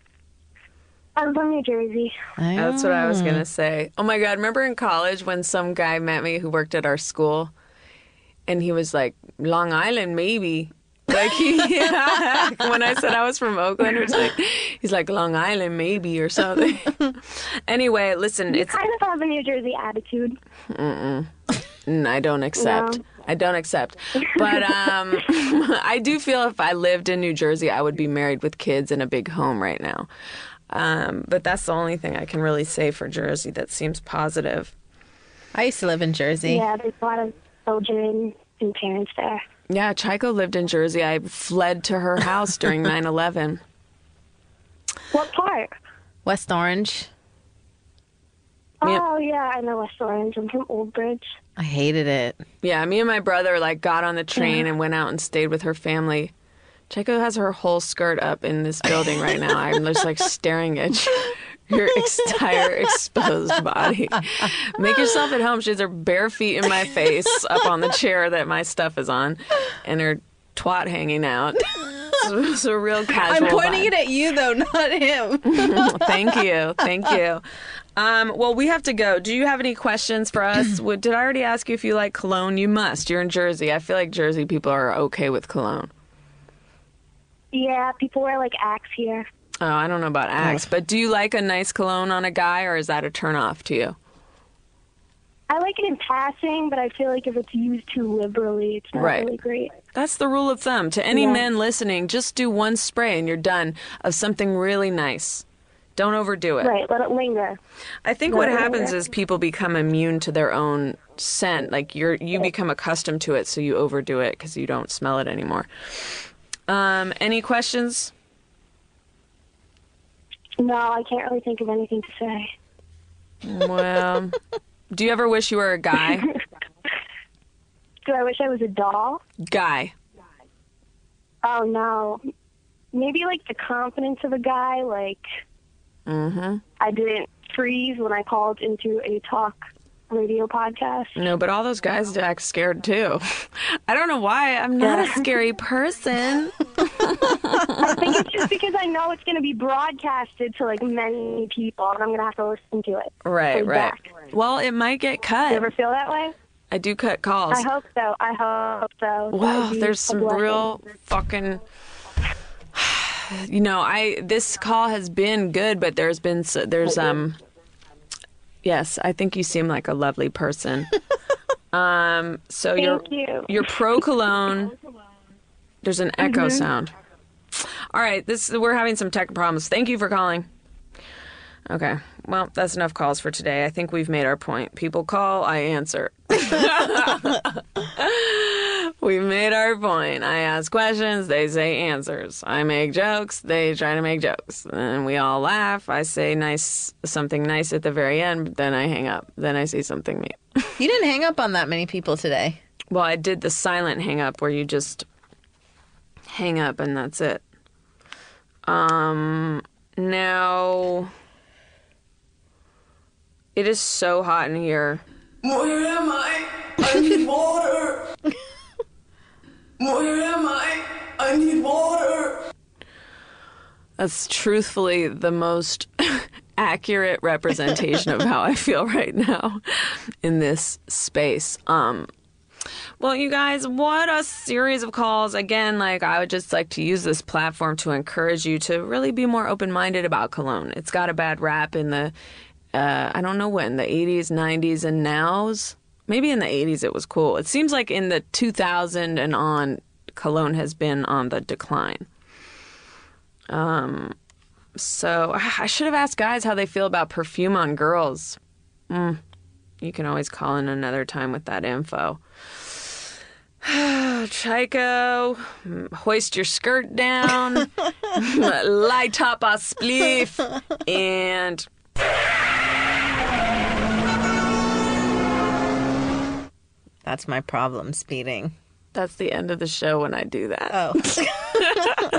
L: from New Jersey.
B: That's what I was going to say. Oh my God, remember in college when some guy met me who worked at our school and he was like, Long Island, maybe. Like he, when I said I was from Oakland, it was like, he's like Long Island, maybe or something. anyway, listen,
L: You
B: it's
L: kind of have a New Jersey attitude.
B: Mm-mm. Mm, I don't accept.
L: No.
B: I don't accept. But um, I do feel if I lived in New Jersey, I would be married with kids in a big home right now. Um, but that's the only thing I can really say for Jersey that seems positive.
C: I used to live in Jersey.
L: Yeah, there's a lot of children and parents there.
B: Yeah, Chico lived in Jersey. I fled to her house during 9 11.
L: What part?
C: West Orange.
L: Oh yeah, I know West Orange. I'm from Old Bridge.
C: I hated it.
B: Yeah, me and my brother like got on the train
L: Yeah.
B: and went out and stayed with her family. Chico has her whole skirt up in this building right now. I'm just like staring at you. Your entire exposed body. Make yourself at home. She has her bare feet in my face, up on the chair that my stuff is on, and her twat hanging out. It's a real casual.
C: I'm pointing
B: vibe.
C: it at you though, not him.
B: thank you, thank you. Um, well, we have to go. Do you have any questions for us? Would, did I already ask you if you like cologne? You must. You're in Jersey. I feel like Jersey people are okay with cologne.
L: Yeah, people wear like Axe here.
B: Oh, I don't know about Axe, but do you like a nice cologne on a guy, or is that a turnoff to you?
L: I like it in passing, but I feel like if it's used too liberally, it's not
B: Right.
L: really great.
B: That's the rule of thumb. To any
L: Yeah.
B: men listening, just do one spray and you're done of something really nice. Don't overdo it.
L: Right, let it linger.
B: I think what happens is people become immune to their own scent. Like you're you become accustomed to it, so you overdo it because you don't smell it anymore. Um, any questions?
L: No, I can't really think of anything to say.
B: Well, do you ever wish you were a guy?
L: Do I wish I was a doll?
B: Guy.
L: Oh no. Maybe like the confidence of a guy, like
B: Mm-hmm.
L: I didn't freeze when I called into a talk radio podcast.
B: No, but all those guys act scared too. I don't know why. I'm not a scary person.
L: I think it's just because I know it's going to be broadcasted to like many people, and I'm going to have to listen to it.
B: Right, right. Well, it might get cut.
L: You ever feel that way?
B: I do cut calls.
L: I hope so. I hope so. That
B: Wow,
L: would be
B: there's
L: a
B: some
L: blessing.
B: real fucking. You know, I this call has been good, but there's been s- there's um. Yes, I think you seem like a lovely person. um, so you're
L: Thank you.
B: you're pro cologne. There's an echo
L: Mhm.
B: sound. All right, this we're having some tech problems. Thank you for calling. Okay, well that's enough calls for today. I think we've made our point. People call, I answer. We've made our point. I ask questions, they say answers. I make jokes, they try to make jokes. And we all laugh. I say nice something nice at the very end, but then I hang up. Then I say something mean.
C: You didn't hang up on that many people today.
B: Well, I did the silent hang up where you just hang up and that's it. Um now it is so hot in here.
K: Where am I? I need water. Where am I? I need water.
B: That's truthfully the most accurate representation of how I feel right now in this space. Um well, you guys, what a series of calls. Again, like I would just like to use this platform to encourage you to really be more open-minded about cologne. It's got a bad rap in the uh, I don't know when, the 80s, 90s and nows. Maybe in the 80s it was cool. It seems like in the 2000 and on cologne has been on the decline. Um, so I should have asked guys how they feel about perfume on girls. Mm, you can always call in another time with that info. Chico, hoist your skirt down, light up a spliff, and
C: That's my problem, speeding.
B: that's the end of the show when I do that.
C: Oh.
B: Oh.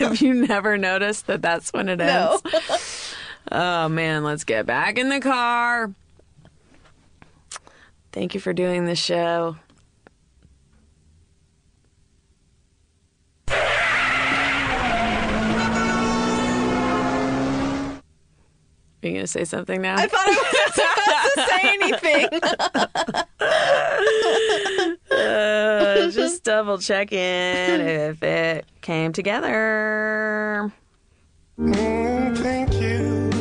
B: Have you never noticed that that's when it
C: No.
B: ends? oh, man, let's get back in the car. Thank you for doing the show. Are you going to say something now?
K: I thought I wasn't supposed to say anything.
B: Uh, just double checking if it came together.
K: Thank you.